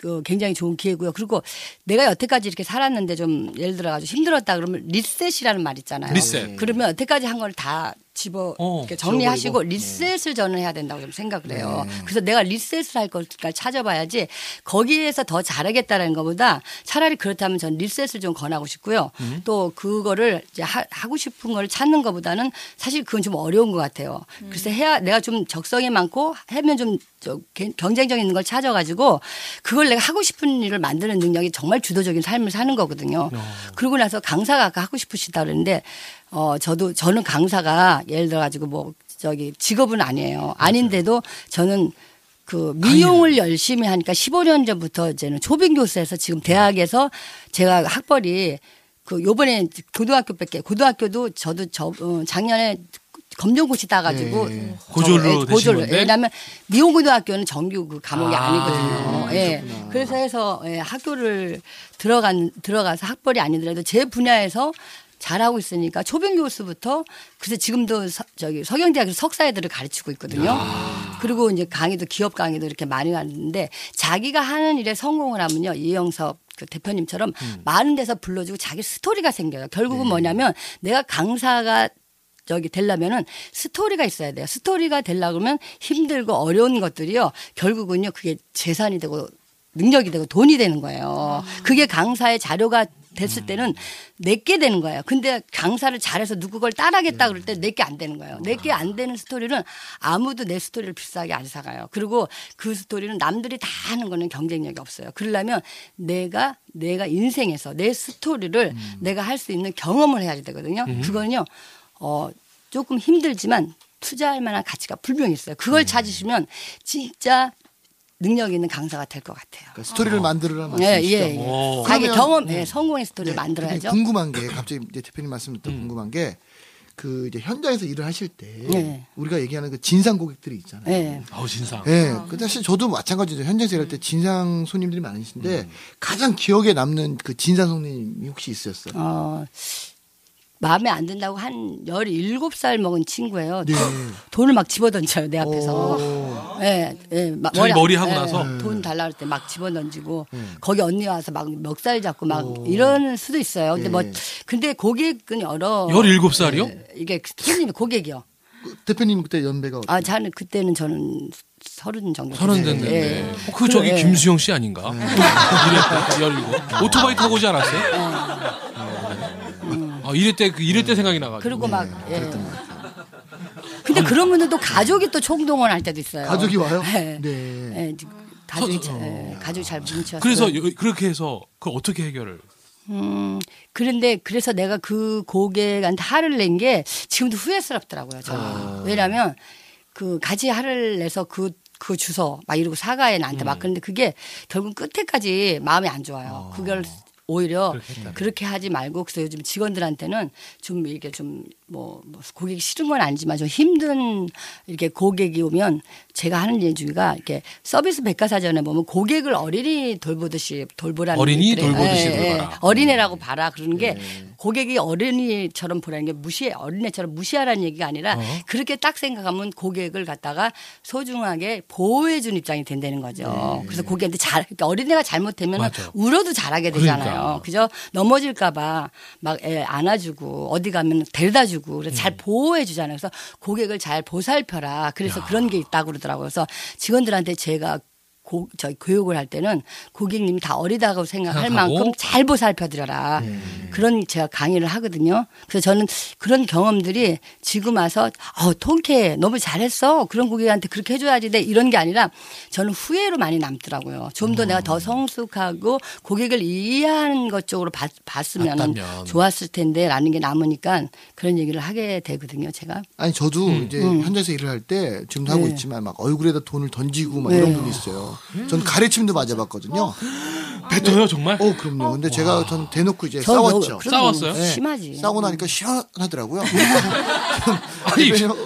Speaker 3: 그 굉장히 좋은 기회고요. 그리고 내가 여태까지 이렇게 살았는데 좀 예를 들어가지고 힘들었다 그러면 리셋이라는 말 있잖아요.
Speaker 1: 리셋.
Speaker 3: 그러면 여태까지 한 걸 다 집어
Speaker 1: 어,
Speaker 3: 이렇게 정리하시고 네. 리셋을 저는 해야 된다고 좀 생각을 해요. 그래서 내가 리셋을 할 것까지 찾아봐야지 거기에서 더 잘하겠다라는 것보다 차라리 그렇다면 전 리셋을 좀 권하고 싶고요. 또 그거를 이제 하, 하고 싶은 걸 찾는 것보다는 사실 그건 좀 어려운 것 같아요. 글쎄 해야 내가 좀 적성이 많고 하면 좀저 경쟁적인 걸 찾아가지고 그걸 내가 하고 싶은 일을 만드는 능력이 정말 주도적인 삶을 사는 거거든요. 그러고 나서 강사가 아까 하고 싶으시다 그랬는데 어 저도 저는 강사가 예를 들어 가지고 뭐 저기 직업은 아니에요. 아닌데도 저는 그 미용을 열심히 하니까 15년 전부터 이제는 초빙 교수에서 지금 대학에서 제가 학벌이 그 요번에 고등학교 밖에 고등학교도 저도 저 어, 작년에 검정고시 따가지고
Speaker 2: 예.
Speaker 1: 고졸로
Speaker 3: 정- 예,
Speaker 1: 되신 건데?
Speaker 3: 왜냐하면 미용고등학교는 정규 그 과목이
Speaker 1: 아,
Speaker 3: 아, 니거든요 예. 그래서 해서 예, 학교를 들어간 들어가서 학벌이 아니더라도 제 분야에서 잘하고 있으니까 초빙 교수부터 그래서 지금도 서, 저기 서경대학에서 석사애들을 가르치고 있거든요. 그리고 이제 강의도 기업 강의도 이렇게 많이 하는데 자기가 하는 일에 성공을 하면요 이영섭 그 대표님처럼 많은 데서 불러주고 자기 스토리가 생겨요. 결국은 뭐냐면 내가 강사가 저기 되려면은 스토리가 있어야 돼요. 스토리가 되려고 그러면 힘들고 어려운 것들이요. 결국은요, 그게 재산이 되고 능력이 되고 돈이 되는 거예요. 그게 강사의 자료가 됐을 때는 내게 되는 거예요. 근데 강사를 잘해서 누구 걸 따라하겠다 그럴 때 내게 안 되는 거예요. 내게 안 되는 스토리는 아무도 내 스토리를 비싸게 안 사가요. 그리고 그 스토리는 남들이 다 하는 거는 경쟁력이 없어요. 그러려면 내가 내가 인생에서 내 스토리를 내가 할 수 있는 경험을 해야 되거든요. 그거는요. 어, 조금 힘들지만 투자할 만한 가치가 분명히 있어요.
Speaker 2: 음.
Speaker 3: 그걸 찾으시면 진짜 능력 있는 강사가 될 것 같아요.
Speaker 2: 그러니까 스토리를 만들으라는
Speaker 3: 예,
Speaker 2: 말씀이시죠.
Speaker 3: 예.
Speaker 1: 오.
Speaker 3: 예. 자기
Speaker 2: 그러면-
Speaker 3: 경험, 예, 성공의
Speaker 2: 네,
Speaker 3: 스토리를
Speaker 2: 근데
Speaker 3: 만들어야죠.
Speaker 2: 궁금한 게 갑자기 이제 대표님 말씀 듣다 궁금한 게 그 이제 현장에서 일을 하실 때
Speaker 3: 네.
Speaker 2: 우리가 얘기하는 그 진상 고객들이 있잖아요.
Speaker 3: 예.
Speaker 1: 아우, 진상.
Speaker 2: 예. 그
Speaker 3: 네.
Speaker 2: 사실 저도 마찬가지죠. 현장에서
Speaker 3: 음.
Speaker 2: 일할 때 진상 손님들이 많으신데 가장 기억에 남는 그 진상 손님이 혹시 있으셨어요?
Speaker 3: 어, 마음에 안 든다고 한 17살 먹은 친구예요.
Speaker 2: 네.
Speaker 3: 돈을 막 집어던져요, 내 앞에서.
Speaker 2: 오.
Speaker 3: 예, 예. 마-
Speaker 1: 자기
Speaker 3: 안-
Speaker 1: 머리 하고
Speaker 3: 예,
Speaker 1: 나서?
Speaker 2: 음.
Speaker 3: 돈 달라 그럴 때 막 집어던지고 거기 언니 와서 막 멱살 잡고 막 이런 수도 있어요. 근데 뭐
Speaker 2: 예.
Speaker 3: 근데 고객은 여러
Speaker 1: 17살이요?
Speaker 3: 이게 손님이 고객이요.
Speaker 2: 대표님 그때 연배가 어때요?
Speaker 3: 아, 저는 그때는 저는 서른 정도.
Speaker 1: 서른
Speaker 3: 됐어요.
Speaker 1: 됐는데.
Speaker 3: 예.
Speaker 1: 어, 그 저기
Speaker 3: 예.
Speaker 1: 김수영 씨 아닌가? 네. 이랬대, 17. 오토바이 타고 오지 않았어요? 아, 이럴 때, 그 이럴 때 생각이 나가지고.
Speaker 3: 그리고 막 예. 근데 그런 분들도 가족이 또 총동원 할 때도 있어요.
Speaker 2: 가족이 와요?
Speaker 3: 예.
Speaker 2: 네.
Speaker 3: 예, 가족이 자- 예, 가족이 잘 뭉쳐서.
Speaker 1: 그래서 여- 그렇게 해서 그걸 어떻게 해결을?
Speaker 3: 음, 그런데 그래서 내가 그 고객한테 화를 낸 게 지금도 후회스럽더라고요. 저는.
Speaker 1: 아.
Speaker 3: 왜냐하면 그 같이 화를 내서 그, 그 주소 막 이러고 사과해 나한테
Speaker 1: 음.
Speaker 3: 막 그런데 그게 결국 끝에까지 마음이 안 좋아요. 그걸 오히려 그렇게 하지 말고 그래서 요즘 직원들한테는 좀 이렇게 좀뭐 뭐 고객이 싫은 건 아니지만 좀 힘든 이렇게 고객이 오면 제가 하는 예 중에가 이렇게 서비스 백과사전에 보면 고객을 어린이 돌보듯이 돌보라는
Speaker 1: 어린이
Speaker 3: 게 있더래요.
Speaker 1: 돌보듯이
Speaker 3: 예, 예.
Speaker 1: 돌봐라.
Speaker 3: 어린애라고 봐라 그러는 게
Speaker 1: 네.
Speaker 3: 고객이 어린이처럼 보라는 게 무시해 어린애처럼 무시하라는 얘기가 아니라 그렇게 딱 생각하면 고객을 갖다가 소중하게 보호해 준 입장이 된다는 거죠. 그래서 고객한테 잘 그러니까 어린애가 잘못되면
Speaker 1: 네. 맞아.
Speaker 3: 울어도 잘하게 되잖아요.
Speaker 1: 그러니까.
Speaker 3: 그죠 넘어질까 봐 막 애 안아주고 어디 가면 데려다 주고 그래서
Speaker 1: 음.
Speaker 3: 잘 보호해 주잖아요. 그래서 고객을 잘 보살펴라. 그래서 그런 게 있다고 그러더라고요. 그래서 직원들한테 제가 고, 저희 교육을 할 때는 고객님이 다 어리다고 생각할
Speaker 1: 생각하고.
Speaker 3: 만큼 잘 보살펴드려라. 그런 제가 강의를 하거든요. 그래서 저는 그런 경험들이 지금 와서 어, 통쾌해. 너무 잘했어. 그런 고객한테 그렇게 해줘야지. 돼. 이런 게 아니라 저는 후회로 많이 남더라고요. 좀 더 내가 더 성숙하고 고객을 이해하는 것 쪽으로 봤, 봤으면
Speaker 1: 봤다면.
Speaker 3: 좋았을 텐데 라는 게 남으니까 그런 얘기를 하게 되거든요. 제가.
Speaker 2: 아니 저도 이제 현장에서 일을 할 때 지금도 하고
Speaker 3: 음, 네.
Speaker 2: 있지만 막 얼굴에다 돈을 던지고 막
Speaker 3: 네. 음. 어.
Speaker 2: 이런 분이 있어요. 전 가래침도 맞아봤거든요.
Speaker 1: 뱉어요 정말?
Speaker 2: 어 그럼요. 근데 제가 전 대놓고 이제
Speaker 3: 저는 너무-
Speaker 2: 네, 싸웠죠.
Speaker 3: 그런 거
Speaker 1: 싸웠어요?
Speaker 2: 예.
Speaker 3: 심하지. 음.
Speaker 2: 싸고 나니까 시원하더라고요. 좀
Speaker 1: 아니,
Speaker 2: 왜냐면-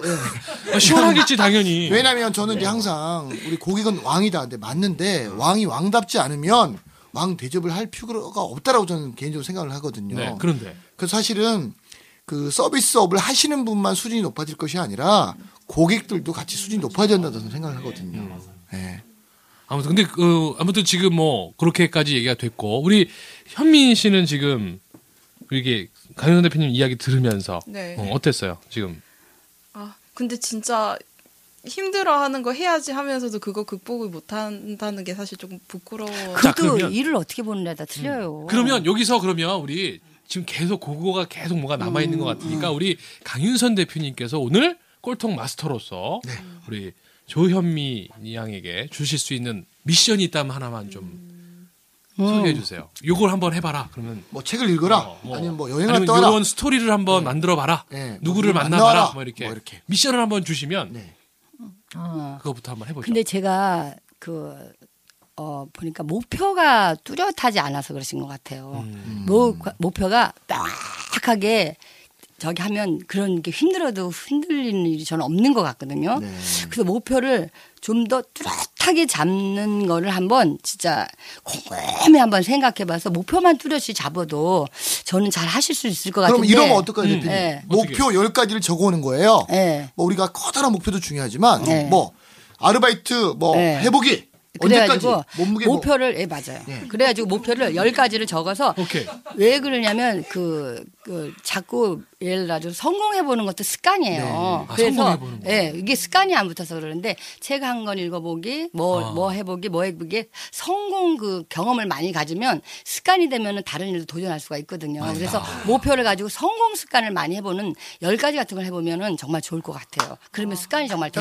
Speaker 1: 아, 시원하겠지 당연히.
Speaker 2: 예. 왜냐면 저는
Speaker 3: 네.
Speaker 2: 이제 항상 우리 고객은 왕이다. 근데 맞는데 왕이 왕답지 않으면 왕 대접을 할 필요가 없다라고 저는 개인적으로 생각을 하거든요.
Speaker 1: 네, 그런데
Speaker 2: 그 사실은 그 서비스업을 하시는 분만 수준이 높아질 것이 아니라 고객들도 같이 수준이 높아져야 된다고 저는 생각을 하거든요.
Speaker 1: 음,
Speaker 2: 예.
Speaker 1: 아무튼 근데 그 아무튼 지금 뭐 그렇게까지 얘기가 됐고 우리 현민 씨는 지금 이게 강윤선 대표님 이야기 들으면서
Speaker 7: 네.
Speaker 1: 어, 어땠어요 지금?
Speaker 7: 아, 근데 진짜 힘들어하는 거 해야지 하면서도 그거 극복을 못 한다는 게 사실 조금 부끄러워.
Speaker 1: 자,
Speaker 3: 그것도
Speaker 1: 그러면-
Speaker 3: 일을 어떻게 보느냐에 다 틀려요.
Speaker 1: 그러면 여기서 그러면 우리 지금 계속 그거가 계속 뭐가 남아 있는 것
Speaker 2: 음.
Speaker 1: 같으니까 우리 강윤선 대표님께서 오늘 꼴통 마스터로서
Speaker 2: 네.
Speaker 1: 우리 조현미 양에게 주실 수 있는 미션이 있다면 하나만 좀
Speaker 2: 음.
Speaker 1: 소개해 주세요. 요걸 한번 해봐라. 그러면
Speaker 2: 뭐 책을 읽어라.
Speaker 1: 어, 뭐.
Speaker 2: 아니면 뭐
Speaker 1: 아니면
Speaker 2: 여행을 떠라.
Speaker 1: 이런 스토리를 한번 만들어 봐라.
Speaker 2: 네, 뭐
Speaker 1: 누구를
Speaker 2: 누구
Speaker 1: 만나봐라.
Speaker 2: 만나라.
Speaker 1: 뭐 이렇게.
Speaker 2: 뭐 이렇게.
Speaker 1: 미션을 한번 주시면
Speaker 2: 네.
Speaker 3: 어.
Speaker 1: 그거부터 한번 해보죠.
Speaker 3: 근데 제가 그, 어, 보니까 목표가 뚜렷하지 않아서 그러신 것 같아요.
Speaker 2: 음.
Speaker 1: 음.
Speaker 3: 목, 목표가 명확하게 저기 하면 그런 게 힘들어도 흔들리는 일이 저는 없는 것 같거든요.
Speaker 2: 네.
Speaker 3: 그래서 목표를 좀 더 뚜렷하게 잡는 거를 한번 진짜 곰곰이 한번 생각해 봐서 목표만 뚜렷이 잡아도 저는 잘 하실 수 있을 것
Speaker 2: 그럼
Speaker 3: 같은데.
Speaker 2: 이러면 어떨까요, 대표님?
Speaker 3: 네.
Speaker 2: 목표 10가지를 적어오는 거예요.
Speaker 3: 예.
Speaker 2: 뭐 우리가 커다란 목표도 중요하지만
Speaker 3: 네.
Speaker 2: 뭐 아르바이트 뭐
Speaker 3: 네.
Speaker 2: 해보기 언제까지
Speaker 3: 그래가지고
Speaker 2: 몸무게 뭐-
Speaker 3: 목표를 예 맞아요. 그래가지고 목표를 열 가지를 적어서
Speaker 1: 오케이.
Speaker 3: 왜 그러냐면 그, 그 자꾸 예를 들어 성공해 보는 것도
Speaker 2: 네.
Speaker 3: 습관이에요.
Speaker 1: 아,
Speaker 3: 그래서
Speaker 1: 성공해보는 거.
Speaker 3: 예 이게 습관이 안 붙어서 그러는데 책 한 권 읽어보기 뭐
Speaker 2: 아.
Speaker 3: 뭐 해보기 뭐 해보기 성공 그 경험을 많이 가지면 습관이 되면은 다른 일도 도전할 수가 있거든요. 그래서 목표를 가지고 성공 습관을 많이 해보는 열 가지 같은 걸 해보면은 정말 좋을 것 같아요. 그러면 습관이 정말
Speaker 2: 자,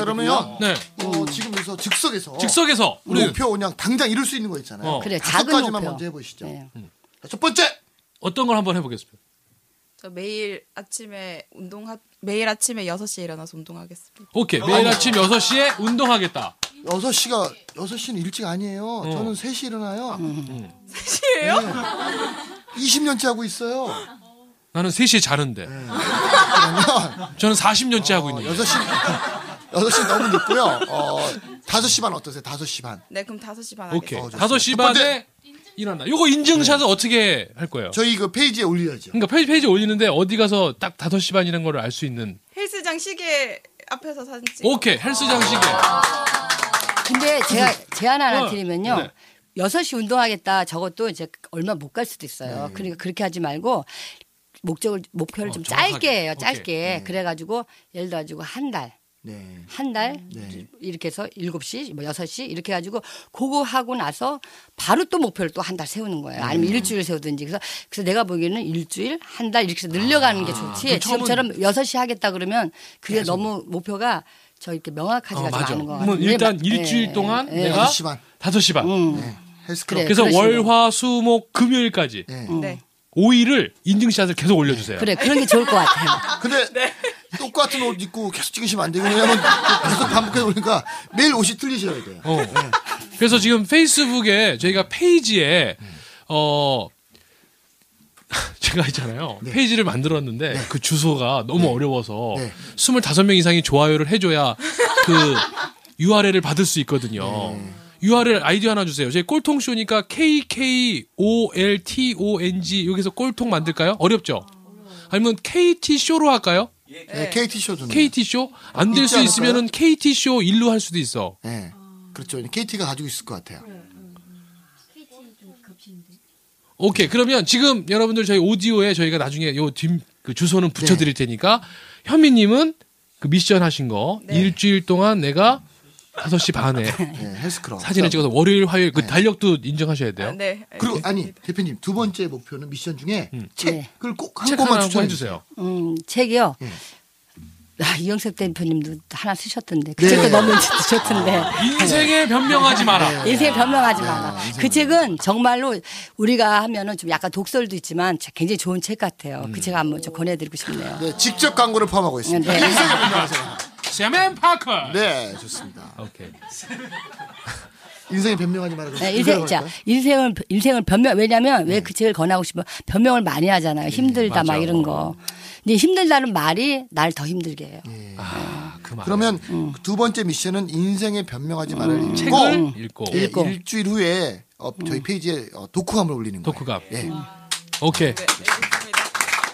Speaker 2: 그러면
Speaker 3: 되거든요.
Speaker 1: 네.
Speaker 2: 어, 지금 여기서 즉석에서
Speaker 1: 즉석에서 우리
Speaker 2: 목표 그냥 당장 이룰 수 있는 거 있잖아요.
Speaker 1: 어.
Speaker 3: 그래,
Speaker 2: 다섯
Speaker 3: 작은
Speaker 2: 가지만
Speaker 3: 목표.
Speaker 2: 먼저 해보시죠.
Speaker 3: 예.
Speaker 2: 자, 첫 번째
Speaker 1: 어떤 걸 한번 해보겠습니다.
Speaker 7: 저 매일 아침에 운동 하 매일 아침에 6시에 일어나서 운동하겠습니다.
Speaker 1: 오케이. 매일 아침 6시에 운동하겠다.
Speaker 2: 여섯 시가 여섯 시는 일찍 아니에요.
Speaker 1: 어.
Speaker 2: 저는 3시 일어나요.
Speaker 3: 음.
Speaker 1: 음.
Speaker 2: 네.
Speaker 7: 3시예요?
Speaker 2: 20년째 하고 있어요.
Speaker 1: 나는 3시에 자는데.
Speaker 2: 그러면 어,
Speaker 1: 저는 40년째 하고 있는 거예요.
Speaker 2: 여섯 시 여섯 시 너무 늦고요. 어, 5시 반 어떠세요? 5시 반.
Speaker 7: 네, 그럼 5시 반
Speaker 1: 오케이.
Speaker 7: 하겠습니다.
Speaker 2: 어, 좋습니다.
Speaker 1: 다섯 시
Speaker 2: 첫 번째.
Speaker 1: 반에 일어나. 요거 인증샷은 어떻게 할 거예요?
Speaker 2: 저희 그 페이지에 올려야죠.
Speaker 1: 그러니까 페이지, 페이지 올리는데 어디 가서 딱 5시 반 이런 거를 알 수 있는.
Speaker 7: 헬스장 시계 앞에서 사진 찍.
Speaker 1: 오케이. 헬스장 시계.
Speaker 3: 근데 제가 제안 하나
Speaker 1: 어, 네.
Speaker 3: 드리면요. 여섯 시 운동하겠다. 저것도 이제 얼마 못 갈 수도 있어요. 그러니까 그렇게 하지 말고 목적을 목표를
Speaker 1: 네. 어,
Speaker 3: 좀
Speaker 1: 정확하게.
Speaker 3: 짧게 해요.
Speaker 1: 오케이. 음.
Speaker 3: 짧게. 그래 가지고 예를 들어 가지고 한 달.
Speaker 2: 네.
Speaker 3: 한 달
Speaker 1: 음.
Speaker 2: 네.
Speaker 3: 이렇게 해서 일곱 시 뭐 여섯 시 이렇게 해 가지고 그거 하고 나서 바로 또 목표를 또 한 달 세우는 거예요.
Speaker 1: 음.
Speaker 3: 아니면 일주일 세우든지. 그래서 그래서 내가 보기에는 일주일, 한 달 이렇게 해서 늘려가는
Speaker 1: 아,
Speaker 3: 게 좋지. 지금처럼 여섯 시 하겠다 그러면 그게 너무 목표가 저 이렇게 명확하지가
Speaker 1: 어,
Speaker 3: 좀
Speaker 1: 맞아.
Speaker 3: 않은 것
Speaker 1: 그러면
Speaker 3: 같아요. 네.
Speaker 1: 일단 일주일 동안 내가
Speaker 2: 네. 5시 반.
Speaker 1: 5시 반.
Speaker 2: 네. 헬스클럽.
Speaker 3: 그래.
Speaker 1: 그래서
Speaker 3: 그런 식으로.
Speaker 1: 월, 화, 수, 목, 금요일까지
Speaker 2: 네.
Speaker 7: 네.
Speaker 1: 5일을 인증샷을 계속 올려주세요.
Speaker 3: 그래 그런 게 좋을 것 같아요. 네.
Speaker 2: 근데 똑같은 옷 입고 계속 찍으시면 안 되고 왜냐면 계속 반복해 보니까 매일 옷이 틀리셔야 돼요.
Speaker 1: 어. 그래서 지금 페이스북에 저희가 페이지에 어 제가 있잖아요. 페이지를 만들었는데 그 주소가 너무 어려워서
Speaker 2: 네.
Speaker 1: 25명 이상이 좋아요를 해줘야 그 URL을 받을 수 있거든요.
Speaker 2: 네.
Speaker 1: URL 아이디 하나 주세요. 저희 꼴통 쇼니까 KKOLTONG 여기서 꼴통 만들까요? 어렵죠? 아니면 KT 쇼로 할까요?
Speaker 2: 네, KT 쇼 좋네요.
Speaker 1: KT 쇼? 안 될 수
Speaker 2: 있지
Speaker 1: 있으면은 KT 쇼 일로 할 수도 있어.
Speaker 2: 네. 그렇죠. KT가 가지고 있을 것 같아요.
Speaker 3: 네.
Speaker 1: 오케이. 그러면 지금 여러분들 저희 오디오에 저희가 나중에 요뒷그 주소는 붙여
Speaker 2: 네.
Speaker 1: 드릴 테니까 현미 님은 그 미션 하신 거 일주일 동안 내가 5시 반에
Speaker 2: 네, 헬스클럽.
Speaker 1: 사진을 찍어서 월요일 화요일 그 달력도 인정하셔야 돼요.
Speaker 7: 네.
Speaker 2: 그리고 아니 대표님 두 번째 목표는 미션 중에
Speaker 3: 네.
Speaker 2: 책을 꼭 아, 한
Speaker 1: 음. 책 하나
Speaker 2: 권만
Speaker 1: 한번
Speaker 2: 추천해
Speaker 1: 해
Speaker 2: 주세요.
Speaker 1: 주세요.
Speaker 3: 음 책이요. 아, 이영석 대표님도 하나 쓰셨던데 그 책도 너무 좋던데
Speaker 1: 인생에 변명하지
Speaker 2: 네.
Speaker 1: 마라.
Speaker 3: 네. 인생 변명하지 마라. 그 책은 정말로 우리가 하면은 좀 약간 독설도 있지만 굉장히 좋은 책 같아요. 그 책 한번 좀 권해드리고 싶네요.
Speaker 2: 네, 직접 광고를 포함하고 있습니다.
Speaker 3: 네.
Speaker 2: 인생의 변명하세요.
Speaker 1: 샤맨 파커.
Speaker 2: 네, 좋습니다.
Speaker 1: 오케이.
Speaker 2: 인생의 변명하지 말고.
Speaker 3: 네, 인생, 자, 인생을, 인생을 변명, 왜냐면 왜 그 책을 권하고 싶어? 변명을 많이 하잖아요. 힘들다, 막
Speaker 1: 맞아.
Speaker 3: 이런 거. 근데 힘들다는 말이 날 더 힘들게 해요.
Speaker 1: 아, 그 말.
Speaker 2: 그러면
Speaker 3: 음.
Speaker 2: 두 번째 미션은 인생의 변명하지 말을 읽고
Speaker 1: 음. 책을 읽고 음.
Speaker 2: 예,
Speaker 3: 읽고.
Speaker 2: 일주일 후에 어, 저희 페이지에 어, 독후감을 올리는 거예요.
Speaker 1: 독후감.
Speaker 2: 예.
Speaker 1: 음. 오케이.
Speaker 7: 네, 알겠습니다.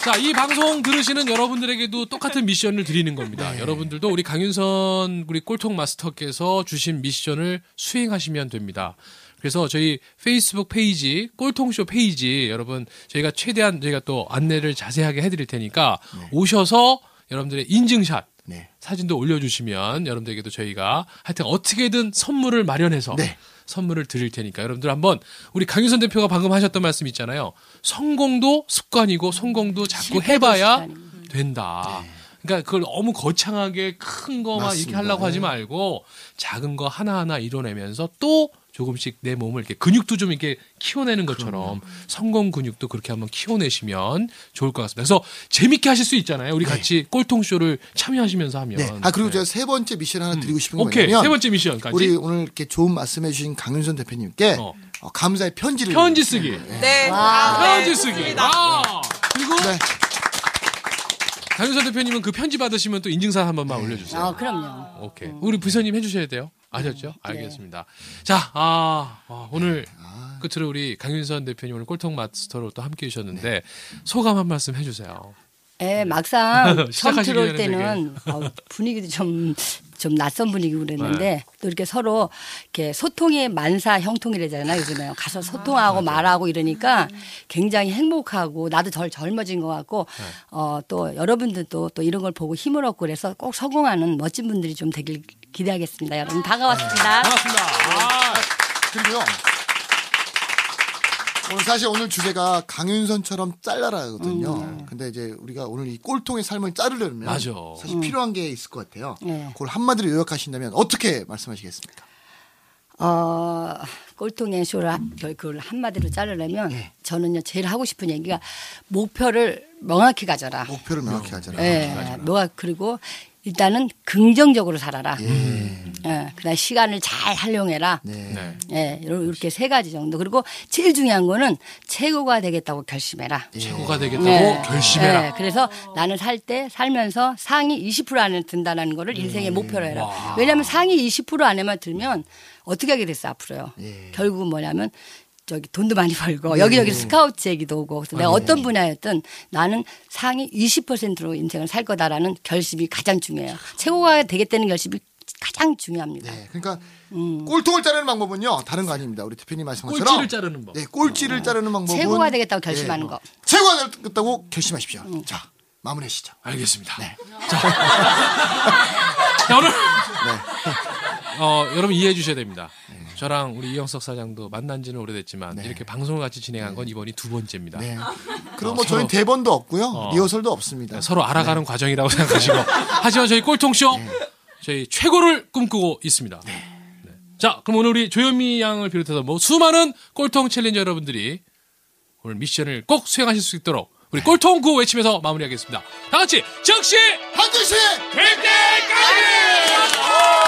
Speaker 1: 자, 이 방송 들으시는 여러분들에게도 똑같은 미션을 드리는 겁니다.
Speaker 2: 네.
Speaker 1: 여러분들도 우리 강윤선 우리 꼴통 마스터께서 주신 미션을 수행하시면 됩니다. 그래서 저희 페이스북 페이지, 꼴통쇼 페이지, 여러분, 저희가 최대한 저희가 또 안내를 자세하게 해드릴 테니까 오셔서 여러분들의 인증샷,
Speaker 2: 네.
Speaker 1: 사진도 올려주시면 여러분들에게도 저희가 하여튼 어떻게든 선물을 마련해서
Speaker 2: 네.
Speaker 1: 선물을 드릴 테니까 여러분들 한번 우리 강윤선 대표가 방금 하셨던 말씀 있잖아요. 성공도 습관이고 성공도 자꾸
Speaker 3: 실패도
Speaker 1: 해봐야
Speaker 3: 습관이고.
Speaker 1: 된다. 그러니까 그걸 너무 거창하게 큰 거만 이렇게
Speaker 2: 맞습니다.
Speaker 1: 하려고 하지
Speaker 2: 네.
Speaker 1: 말고 작은 거 하나하나 이뤄내면서 또 조금씩 내 몸을 이렇게 근육도 좀 이렇게 키워내는 것처럼 성공 근육도 그렇게 한번 키워내시면 좋을 것 같습니다. 그래서 재밌게 하실 수 있잖아요. 우리 같이 꼴통쇼를 참여하시면서 하면.
Speaker 2: 네. 아 그리고
Speaker 1: 네.
Speaker 2: 제가 세 번째 미션 하나 드리고 싶은 거
Speaker 1: 오케이
Speaker 2: 뭐냐면
Speaker 1: 세 번째 미션까지
Speaker 2: 우리 오늘 이렇게 좋은 말씀해 주신 강윤선 대표님께
Speaker 1: 어.
Speaker 2: 어, 감사의 편지를
Speaker 1: 편지 쓰기.
Speaker 7: 네. 아, 네,
Speaker 1: 편지 쓰기.
Speaker 7: 좋습니다.
Speaker 1: 아 그리고
Speaker 2: 네.
Speaker 1: 강윤선 대표님은 그 편지 받으시면 또 인증사 한
Speaker 2: 네.
Speaker 1: 번만 올려주세요.
Speaker 3: 아, 그럼요.
Speaker 1: 오케이. 우리 부서님 해주셔야 돼요. 아셨죠? 알겠습니다. 자, 아, 아, 오늘 끝으로 우리 강윤선 대표님 오늘 꼴통 마스터로 또 함께 해주셨는데 소감 한 말씀 해주세요.
Speaker 3: 예, 막상 처음
Speaker 1: 네. 시작하시기
Speaker 3: 들어올
Speaker 1: 전에
Speaker 3: 때는 어, 분위기도 좀, 좀 낯선 분위기고 그랬는데
Speaker 1: 네.
Speaker 3: 또 이렇게 서로 이렇게 소통의 만사 형통이래잖아요, 요즘에. 가서 소통하고 말하고 이러니까 굉장히 행복하고 나도 절 젊어진 것 같고
Speaker 1: 네.
Speaker 3: 어, 또 여러분들도 또 이런 걸 보고 힘을 얻고 그래서 꼭 성공하는 멋진 분들이 좀 되길 기대하겠습니다. 여러분 다가왔습니다.
Speaker 1: 반갑습니다. 아,
Speaker 2: 그리고요. 오늘 사실 오늘 주제가 강윤선처럼 잘라라거든요. 근데 이제 우리가 오늘 이 꼴통의 삶을 자르려면
Speaker 1: 네. 맞아.
Speaker 2: 사실 필요한 게 있을 것 같아요.
Speaker 3: 네.
Speaker 2: 그걸 한마디로 요약하신다면 어떻게 말씀하시겠습니까?
Speaker 3: 어, 꼴통의 쇼를 하- 결- 그걸 한마디로 자르려면
Speaker 1: 네.
Speaker 3: 저는요 제일 하고 싶은 얘기가 목표를 명확히 가져라.
Speaker 2: 목표를 명확히 하잖아요.
Speaker 1: 네.
Speaker 3: 예, 뭐가 그리고 일단은 긍정적으로 살아라.
Speaker 1: 음.
Speaker 3: 예, 그다음 시간을 잘 활용해라.
Speaker 2: 네.
Speaker 1: 네.
Speaker 3: 예, 요러- 이렇게 세 가지 정도. 그리고 제일 중요한 거는 최고가 되겠다고 결심해라.
Speaker 1: 최고가 되겠다고
Speaker 3: 네.
Speaker 1: 결심해라.
Speaker 3: 예, 그래서 나는 살 때 살면서 상위 20% 안에 든다는 거를 인생의
Speaker 1: 음,
Speaker 3: 목표로 해라.
Speaker 1: 예.
Speaker 3: 왜냐하면 상위 20% 안에만 들면 어떻게 하게 됐어 앞으로요. 결국은 뭐냐면 저 저기 돈도 많이 벌고 여기저기 스카우트 얘기도 오고 그래서
Speaker 1: 아,
Speaker 3: 내가
Speaker 1: 네.
Speaker 3: 어떤 분야였든 나는 상위 20%로 인생을 살 거다라는 결심이 가장 중요해요. 최고가 되겠다는 결심이 가장 중요합니다.
Speaker 2: 네, 그러니까 꼴통을 자르는 방법은요 다른 거 아닙니다. 우리 대표님 말씀하신
Speaker 1: 음. 꼴찌를
Speaker 2: 것처럼
Speaker 1: 자르는 법. 음.
Speaker 2: 네, 꼴찌를 자르는 방법은 네.
Speaker 3: 최고가 되겠다고 결심하는 거. 음.
Speaker 2: 최고가 되겠다고 결심하십시오. 자, 마무리하시죠.
Speaker 1: 알겠습니다.
Speaker 2: 네.
Speaker 1: 자, 오늘 어, 여러분 이해해 주셔야 됩니다. 저랑 우리 이영석 사장도 만난 지는 오래됐지만 이렇게 방송을 같이 진행한 건 이번이 두 번째입니다.
Speaker 2: 네.
Speaker 3: 아.
Speaker 2: 그리고
Speaker 1: 어,
Speaker 2: 뭐 저희
Speaker 1: 서로-
Speaker 2: 대본도 없고요,
Speaker 1: 어.
Speaker 2: 리허설도 없습니다.
Speaker 1: 서로 알아가는 과정이라고 생각하시고 하지만 저희 꼴통쇼 저희 최고를 꿈꾸고 있습니다. 네. 자, 그럼 오늘 우리 조현미 양을 비롯해서 뭐 수많은 꼴통 챌린저 여러분들이 오늘 미션을 꼭 수행하실 수 있도록 우리 꼴통 구호 외치면서 마무리하겠습니다. 다 같이 즉시
Speaker 2: 한글씨
Speaker 1: 될 때까지!